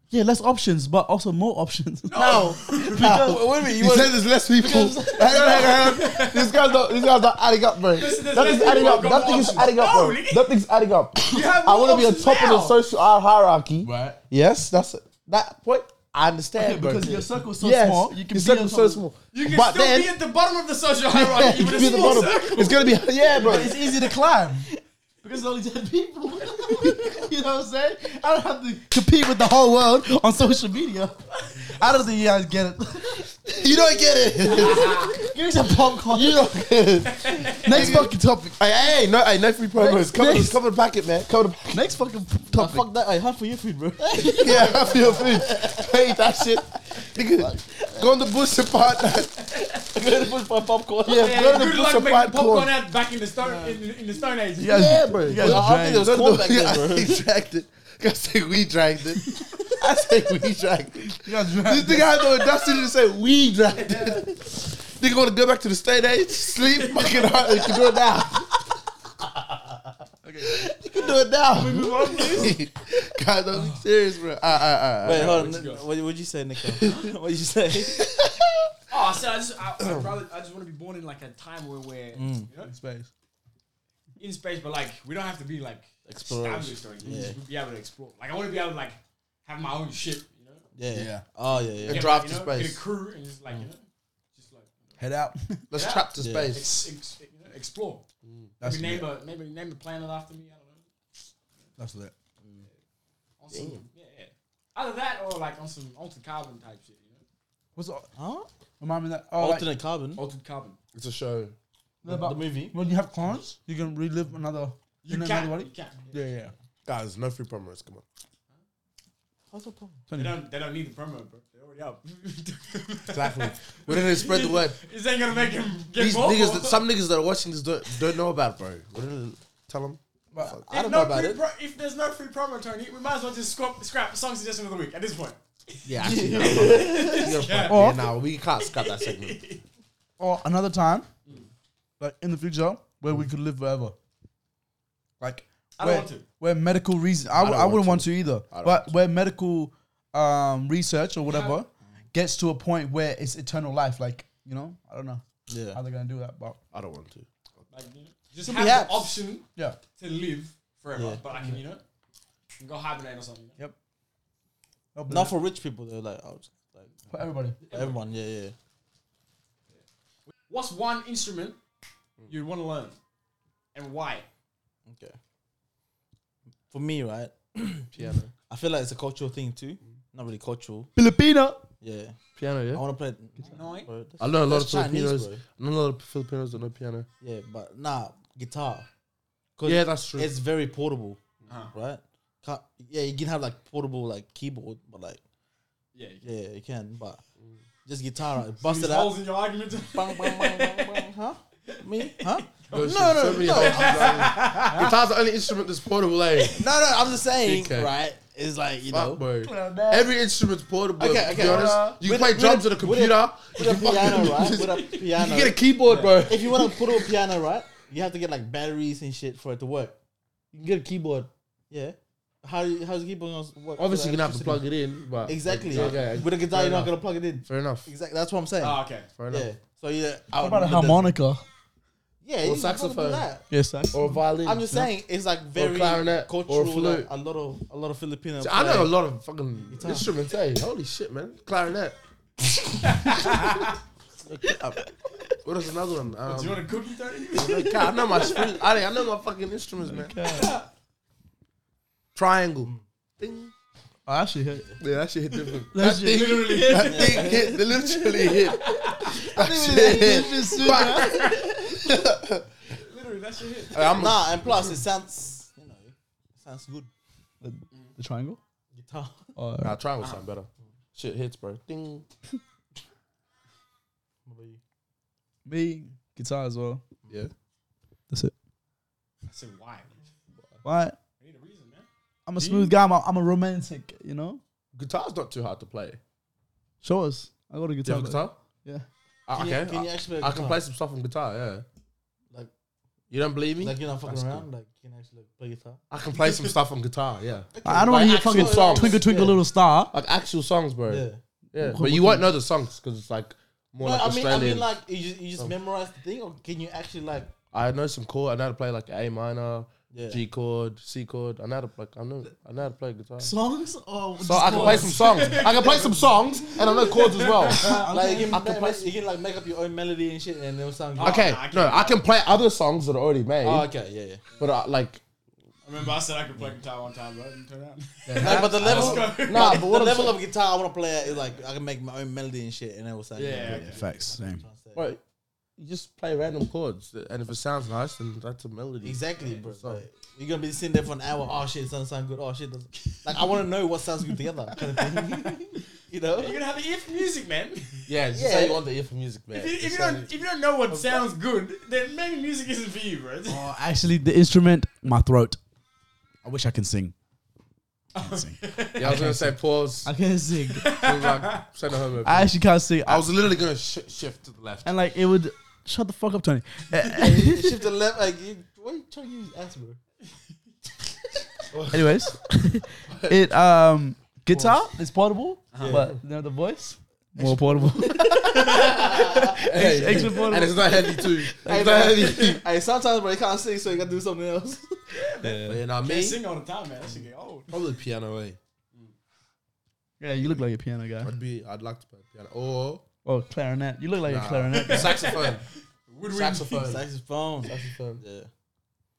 Yeah, less options, but also more options.
No, no. Wait a minute. You want
there's less people. hang on, hang on, hang on. This guy's not. This guy's not adding up, bro.
Listen, there's
Nothing's
less
adding
people,
up.
got more
Nothing's
options.
adding up,
No,
bro.
nigga.
Nothing's adding up.
have
I
more
want to be on
options
top of the
now.
social hierarchy.
Right.
Yes, that's that point. I understand,
Okay,
bro.
because your circle's so
yes,
small, you can
your
be
circle's
on top
so
of-
small.
You can
but
still
then,
be at the bottom of the social hierarchy
you
with
can
a
be at the
small
bottom.
circle.
It's gonna be yeah, bro.
it's easy to climb because there's only ten people. you know what I'm saying? I don't have to compete with the whole world on social media. I don't think you guys get it.
You don't get it.
Give me some popcorn.
you don't get it.
Next fucking topic.
Hey, hey, no, hey, no free promos. Come,
Next.
come and pack it, man. Come and pack
Next fucking
to
topic.
fuck that? I hunt for your food, bro.
it. Yeah, have your food. Don't eat that shit. Nigga, go on the bush and part that.
I'm gonna push my popcorn.
Yeah,
Yeah,
go on the
good
bush
luck
and
making
part
popcorn
corn.
out back in the stone in, in the stone age.
You guys-
Yeah, bro.
You
Go
guys
to-
I don't think there
dragged.
was
go to
corn
the-
back then,
Yeah, I
bro.
dragged it. I say we dragged it. I say we dragged it.
You guys
This
dragged.
nigga had no audacity to say we dragged it. Nigga wanna go back to the state age, sleep, fucking hard. You can do it now. You can do it now. God, don't be serious, bro. Ah, ah, ah, ah.
Wait, hold
what
on.
you got?
What would you say, Nico? what did you say?
Oh, so I just I, I'd rather, I just want to be born in like a time where we're
Mm.
you know
Space.
in space, but like we don't have to be like
Explorers.
established or anything. Just be able to explore. Like I want to be able to like have my own ship. You know,
Yeah.
Yeah.
Oh yeah, yeah.
drive
you
to
know,
space.
Get a crew and just like you know.
Head out.
Let's
Yeah.
trap to
Yeah.
space.
Ex, ex, you know, explore.
That's
maybe name
lit.
a maybe name a planet after me. I don't know.
That's lit.
On some, yeah, yeah. Either that or like on some altered carbon type shit. You know,
What's the-
Huh?
remind me that? Oh, like,
Alternate carbon.
altered carbon.
It's a show.
what
the
about
movie.
when you have clones, you can relive another.
You
in another
can. You
body.
can.
Yeah, yeah.
Guys, no free promos. Come on.
What's the problem?
They
Tony,
don't. They don't need the promo, bro. They already up.
Exactly. we didn't spread the word.
This ain't gonna make him get
These
more.
niggas, that, some niggas that are watching this don't, don't know about, bro. We didn't tell them.
but
I
If
don't
no
know about
free
it.
Pro- if there's no free promo, Tony, we might as well just scrap, scrap song suggestion of the week at this point.
Yeah, actually, no, no. You're fine.
Or-
yeah, nah, we can't scrap that segment.
or another time, like in the future, where we could live forever. Like
I
where,
don't want to.
where medical reason, I, w-
don't
I
want
wouldn't
to.
want to either.
don't want
But where medical um, research or whatever gets to a point where it's eternal life, like you know, I don't know how
Yeah.
they're gonna do that, but
I don't want to.
Like, you know, just
Could
have
be
the
apps.
option
yeah,
to live forever,
Yeah.
but I can, you know, can go hibernate or something. you know?
That'll be
Not
it
for rich people. They're like, oh, just, like
for everybody.
everyone. Yeah, yeah.
What's one instrument you want to learn, and why?
Okay. For me, right?
Piano.
I feel like it's a cultural thing too. Not really cultural.
Filipino.
Yeah.
Piano,
I
yeah?
want to play.
No, eh?
Bro,
I know a lot of
that's Chinese,
Filipinos.
bro.
I know a lot of Filipinos that know piano.
Yeah, but nah, guitar. Cause
Yeah, that's true.
it's very portable,
Uh-huh.
right? Can't, yeah, you can have like portable like keyboard, but like
Yeah, you
yeah, you can, but just guitar, right?
can.
bust
These
it out.
holes in your argument.
Bang, bang, bang, bang, bang. Huh? Me? Huh?
No, shit,
no,
so
no,
many
no.
holes, bro. Guitar's the only instrument that's portable, eh?
No, no, I'm just saying,
Okay.
right? It's like you know,
Fuck, bro. Every instrument's portable.
Okay,
to
okay.
be honest,
Uh,
you
with
play
a- with
drums
a-
on a
with a-
computer.
with a
you can
piano,
fucking-
right? With a
You
piano.
can get a keyboard, bro.
if you want to put a piano, right, you have to get like batteries and shit for it to work. You can get a keyboard. Yeah. How how's the keyboard going to work?
Obviously, you're gonna have to plug it in, but
Exactly.
Like, okay,
With a guitar,
fair
you're not
enough.
gonna plug it in.
Fair enough.
Exactly. That's what I'm saying.
oh, okay.
Fair enough.
yeah. So yeah. I
What about
would-
a
but that's-
harmonica?
Yeah.
Or
you can probably do
saxophone.
that.
Yes, that's
Or a violin.
I'm just
you know?
saying, it's like very
clarinet, or
cultural.
flute.
like, a lot of a lot of Filipino.
See, I know a
play.
lot of fucking
Guitar.
instruments. Hey, holy shit, man! Clarinet. What is another one? Um,
Do you want a cookie, Tony?
okay, I know my string- I, I know my fucking instruments, man. Triangle. Ding.
I actually hit.
Yeah, that shit hit different.
That
That,
shit
thing, literally that thing hit. They literally hit. That shit hit. Fuck.
Literally, that's your hit.
Hey, I'm a-
Nah, and plus it sounds, you know, it sounds good.
The, the triangle.
Guitar.
Or
Nah, triangle sound better. Shit hits, bro. Ding.
me guitar as well.
Yeah.
That's it.
I said why?
Why?
I need a reason, man.
I'm a smooth guy. I'm a, I'm a romantic. You know.
Guitar's not too hard to play.
Show us. I got a
Do you
guitar.
have a guitar?
Yeah.
Ah,
Can you-
okay.
can you
I-
actually play
I,
guitar?
can play some stuff on guitar, yeah.
Like-
you don't believe me?
Like you're not fucking
That's
around. Like you can actually play guitar.
I can play some stuff on guitar, yeah.
I I don't want
Like
to hear
actual
fucking
songs.
twinkle twinkle
Yeah.
little star.
Like actual songs, bro.
Yeah.
Yeah.
Wh-
But you
what
won't know the songs because it's like more
no,
like
I mean, I
Australian. Oh. I,
mean, like you just, you just memorize the thing, or can you actually like?
know some chord. I know how to play like A minor,
Yeah.
G chord, C chord. I know how to like I know I know how to play guitar. So
Songs
Oh,
or
I can play some songs. I can play some songs and I know chords as well.
like you can,
I can
ma-
play-
ma- you can like make up your own melody and shit, and it'll sound good.
Okay,
nah, I
no,
can't.
I can play other songs that are already made,
Oh, okay, yeah, yeah.
but I, like
I remember I said I could play guitar one time, but it didn't turn out.
No, but the level,
Let's go.
nah,
but
but
what
the
I'm
level of guitar I want to play at is like I can make my own melody and shit, and it will sound. good.
Yeah, okay.
Facts. Same.
Bro, you just play random chords, and if it sounds nice, then that's a melody.
Exactly, bro.
So-
Like, you're gonna be sitting there for an hour. Oh shit, it doesn't sound good. Oh shit, doesn't. like I want to know what sounds good together, kind of thing. you know?
You're gonna have an ear for music, man.
Yeah, just
Yeah.
say you want the ear for music, man.
If you, if
Just
you
say-
don't, if you don't know what sounds good, then maybe music isn't for you, bro.
Oh, actually, the instrument, my throat. I wish I can sing. I can't sing.
yeah, I was gonna say pause.
I can't sing.
I, like, send it home over.
I actually can't sing.
I was literally gonna sh- shift to the left.
and like it would shut the fuck up, Tony.
Shift the left. Like, you, why you trying to use ass, bro?
Anyways, it um guitar is portable,
Uh-huh.
but you know, the voice more portable.
Hey,
extra portable.
and it's not heavy too.
Hey,
It's not heavy.
man. hey, sometimes bro, you can't sing, so you gotta do something else.
But you know
Can't
me,
sing all the time, man. That should get old.
probably piano. Eh?
yeah, you look like a piano guy.
I'd be, I'd like to play piano or
Oh, clarinet. You look like a
Nah.
clarinet.
Saxophone.
Woodwind.
Saxophone.
Saxophone.
Saxophone.
Yeah.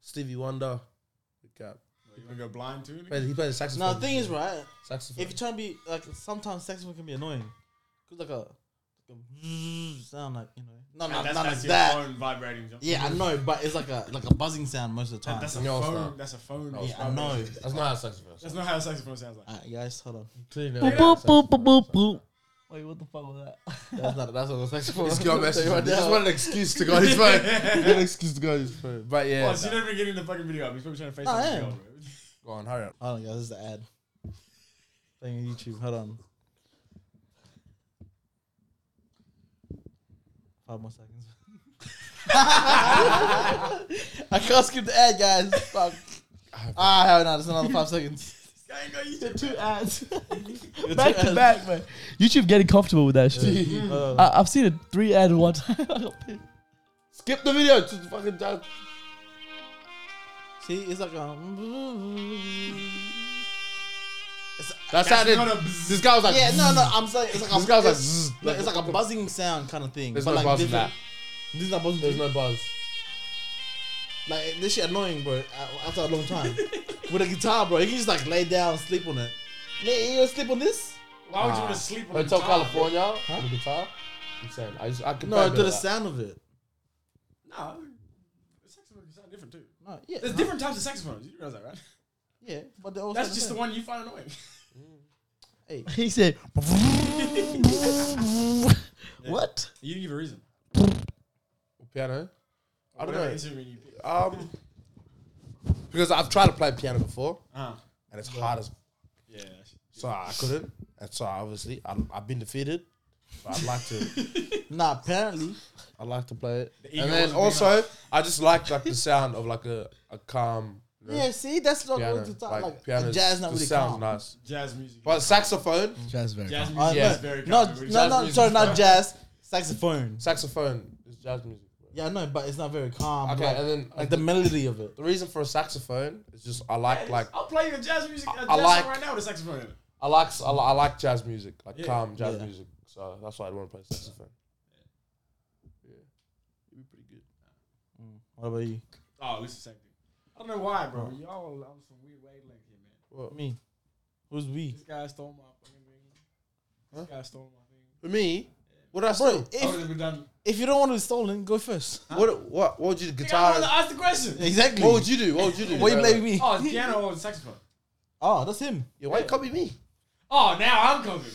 Stevie Wonder. Good cap.
You wanna go blind too?
He plays- He plays the saxophone.
Now the thing is, right?
saxophone.
If you're trying to be like, sometimes saxophone can be annoying. Cause like a, like a sound like you know, no, no,
that's,
not
that's
as
your
that.
phone vibrating. John.
Yeah, I know, but it's like a like a buzzing sound most of the
Ah,
That- that's a
time.
No, it's
phone.
not.
That's a phone.
No,
yeah, I know.
That's not how saxophone.
That's not how a saxophone sounds like.
Alright, guys, hold on.
Clearly,
boop, boop, boop, boop, boop, boop. Wait, what the fuck was that?
That's not that's not a saxophone.
This guy messaged me. He just wanted an excuse to go on his phone. an excuse to go on his phone. But yeah.
Oh, so you don't even get in the fucking video up. He's probably trying to face
I
the
am.
girl, bro.
Go on, hurry up.
Hold on, guys. This is the ad. Thing on YouTube. Hold on. Five more seconds. I can't skip the ad, guys. Fuck. Ah, hell no. That's another five seconds.
This guy ain't got YouTube.
Two ads.
Two
back to
ads.
back, man. YouTube getting comfortable with that shit.
Hold on.
I, I've seen a three ad one time. I got pissed.
Skip the video to the fucking time.
See, it's like
um,
a.
That's, how
That's
they.
not a bzzz.
This guy was like.
Yeah, no, no. I'm saying it's like a.
This guy was like.
it's-
zzz.
no, it's like a buzzing sound kind of thing.
There's
but
no
like
buzz in that.
different- This is not buzzing.
There's no buzz.
Like this shit annoying, bro. a- After a long time, with a guitar, bro, you can just like lay down, sleep on it. Nigga, you gonna sleep on this?
Why would you want
Ah.
to sleep on
Hotel
the guitar, bro?
California on the guitar. Insane. I just. I could
No, to the sound of it.
No. Saxophone sound different too.
No, yeah,
There's different types of saxophones. You realize that, right?
yeah, but they're all
That's just the one you find annoying.
Hey,
He said, "What?"
You give a reason.
Piano. I don't
Whatever
know.
instrument you pick.
Um. Because I've tried to play piano before,
Uh,
and it's hard as
yeah. that shit.
So I couldn't. And so obviously I'm, I've been defeated. But I'd like to.
nah, apparently,
I'd like to play it.
ego
and then
wasn't big
also I just like like the sound of like a, a calm. you know,
yeah. See, that's not
piano.
what to talk like. like
piano's-
jazz not
the
really
sounds
calm.
nice.
Jazz music.
But saxophone,
Jazz very.
Jazz music
Uh,
Yeah.
is very
no,
calm.
no, no,
music.
sorry, not jazz, saxophone.
saxophone is jazz music. bro.
Yeah, I know, but it's not very calm.
Okay,
like,
and then
like
the,
the melody of it.
the reason for a saxophone is just I like like
I'll play you a jazz music. A jazz
I like-
song right now with a saxophone. in it.
I like I, li- I like jazz music, like
Yeah.
calm jazz
Yeah.
music. So that's why I'd want to play saxophone. Yeah, it'd be pretty good.
What about you?
Oh, this is the same thing. I don't know why, bro. Y'all on some weird wavelength here, man.
Well,
Me? Who's we?
This guy stole my fucking thing. This guy stole my
for me, what I say?
Bro,
thing. I
if
would have been Oh, done.
if you don't want to be stolen, go first.
What what what would you
Think I
guitar?
want to ask the question.
Exactly.
What would you do? What would you do?
Why you
Wait,
blaming
wait.
me?
Oh, it's piano or the saxophone?
Oh, that's him.
Yeah, why you copy me?
Oh, now I'm coming.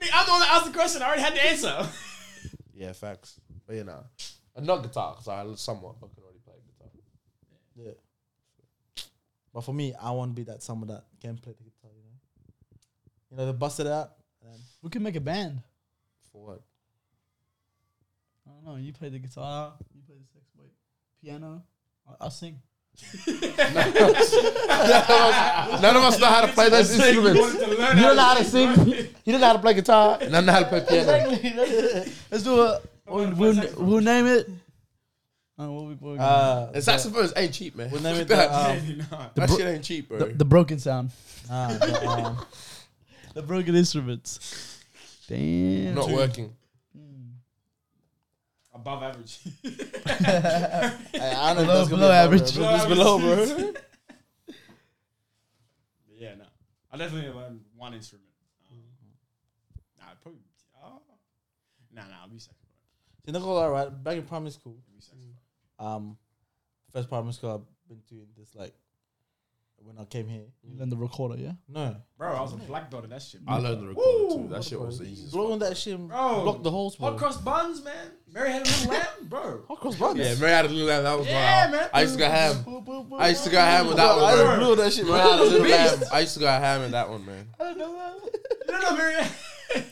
Nick, I'm the one that asked the question. I already had the answer.
Yeah, facts. But you know, and not guitar because I somewhat I can already play guitar.
Yeah. But for me, I want to be that someone that can play the guitar. You know, you know, they bust it out. And
We can make a band.
For what?
I don't know. You play the guitar. You play the sax. Wait, piano. I- I'll sing.
None of us know how to play those instruments.
Wanted to learn
You don't know
how
how to sing. You don't know how to play guitar. None know how to play piano.
Let's do a. We'll,
on,
we'll,
play Oh, saxophone.
we'll name it. Uh, what we, what we gonna-
uh,
And saxophones ain't cheap, man.
We'll name it
that.
the, uh,
to- No.
that shit ain't cheap, bro.
the, the broken sound.
ah, the, um,
The broken instruments. Damn. Hmm.
not working.
Above average.
I, I don't
Below-
know. if that's gonna
below
be
average.
above It's below, bro.
yeah, no. I definitely learned one instrument. Um, nah, probably. Oh. Nah, nah, I'll be saxophone.
You know, all right. Back in primary school,
I'll be saxophone.
um, first primary school I've been to in this like when I came here.
You learn the recorder, yeah?
No,
Bro, I was a black belt in that shit.
I
Bro.
learned the recorder too. That shit was easy. as
blow
fuck.
on that shit, and
Bro.
block the holes, bro.
Hot cross buns, man. Mary had a little lamb, bro.
Hot cross buns.
Yeah, Mary had a little lamb. That was
Yeah,
my.
man.
I used to go ham. I used to go ham with that
Bro, I
one,
don't
bro.
know that shit,
Mary had a
bro.
little lamb. I used to go ham with that one, man.
No, no, Mary.
I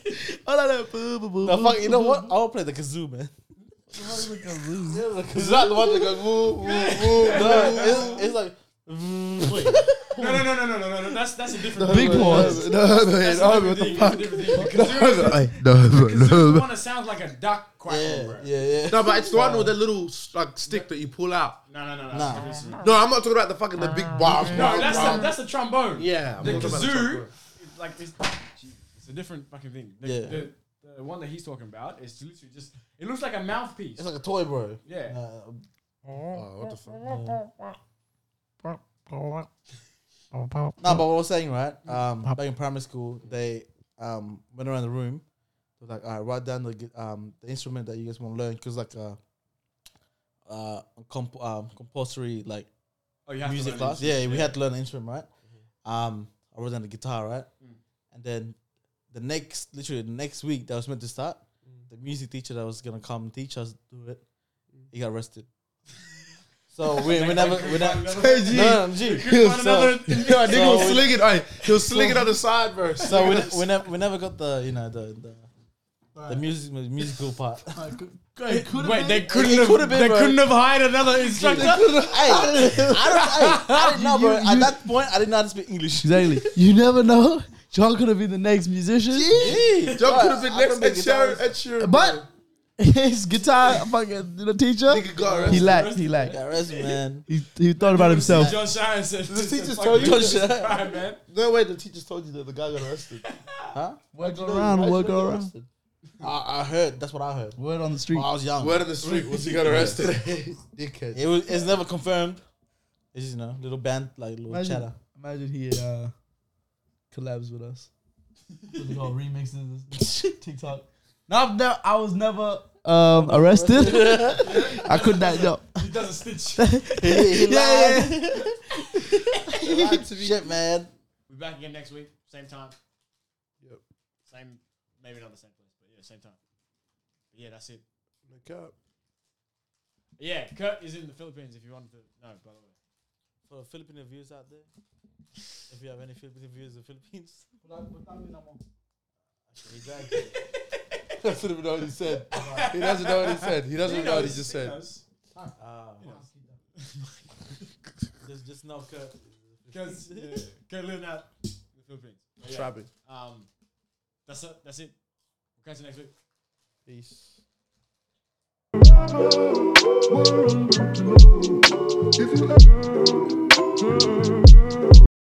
don't know.
No, fuck, you know what? I'll play the kazoo, man.
Is that the one that goes woo woo woo?
No, it's, it's like
no, no, no, no, no, no, no. That's that's a different.
Big
one.
horns.
No, Oh, no,
That's
no,
a
no,
different thing. That's a different thing.
Hey, no, no,
Because
no.
the one that sounds like a duck quackle,
yeah,
bro.
yeah, yeah.
No, but it's the one with the little like stick that you pull out.
No, no, no, no. That's
Nah.
a different instrument.
No, I'm not talking about the fucking the big bar.
No, that's the that's the trombone.
yeah. I'm
the
not talking about
kazoo.
trumpet.
It's like it's, it's a different fucking thing. The,
Yeah.
the the one that he's talking about is literally just it looks like a mouthpiece.
It's like a toy, bro.
Yeah.
Uh,
Oh, what the fuck?
No, but what I was saying, right? Um, back in primary school, they um went around the room. They were like, all right, write down the gu- um the instrument that you guys want to learn, because like uh uh comp- um compulsory like
Oh, you have to
music
learn
class.
music.
Yeah, we had to learn an instrument, right? Um, I wrote down the guitar, right? And then the next, literally the next week that I was meant to start, the music teacher that was gonna come and teach us do it, he got arrested. so we we never we never.
Hey, G.
No, no,
He
G.
was
So-
another, yo, nigga was
so-
slinging. Aye, he was slinging on the side, bro.
So we, ne- we never we never got the you know the the, the music the musical part.
Wait, they couldn't
It
have.
could've been,
they
bro.
couldn't have hired another instructor.
hey, I don't, hey, I didn't know, bro. At that point, I didn't know how to speak English.
Exactly. you never know. John could have been the next musician,
John
John could have been next at Sharon. At Sharon,
but his guitar fucking the teacher.
nigga got arrested.
He lacked. He lacked.
Yeah, rest, man.
He, he thought about himself.
John Sharon said, "Listen,
teachers
fuck
told
you,
you-
Jesus
John Sharon.
Christ, man."
No way the teachers told you that the guy got arrested.
Huh?
Work
You know,
around.
why'd you
Work
get
around.
arrested?
I, I heard. That's what I heard.
Word on the street.
When I was young.
Word on the street was he got arrested. Dickhead.
It was. It's never confirmed. It's just, you know, little band like little
Imagine,
chatter.
imagine he uh, collabs with us. we got remixes, TikTok. No, I've never, I was never um, arrested. I could not. No.
He does a stitch.
He
Yeah,
lied. Shit, man.
We're back again next week, same time. Yep. Same, maybe not the same place, but yeah, same time. But yeah, that's it. Yeah, Kurt is in the Philippines. If you wanted to know, by the way.
For the Filipino viewers out there, if you have any Filipino viewers in the Philippines, actually, he dragged it.
doesn't even know what he said. He doesn't know what he said. He doesn't even know what he just
He
said.
knows.
Ah, just just no Kurt.
Because yeah, Kurt lived out the Philippines. But yeah,
Trapping.
um, that's it. That's it. We'll catch you next week.
Peace.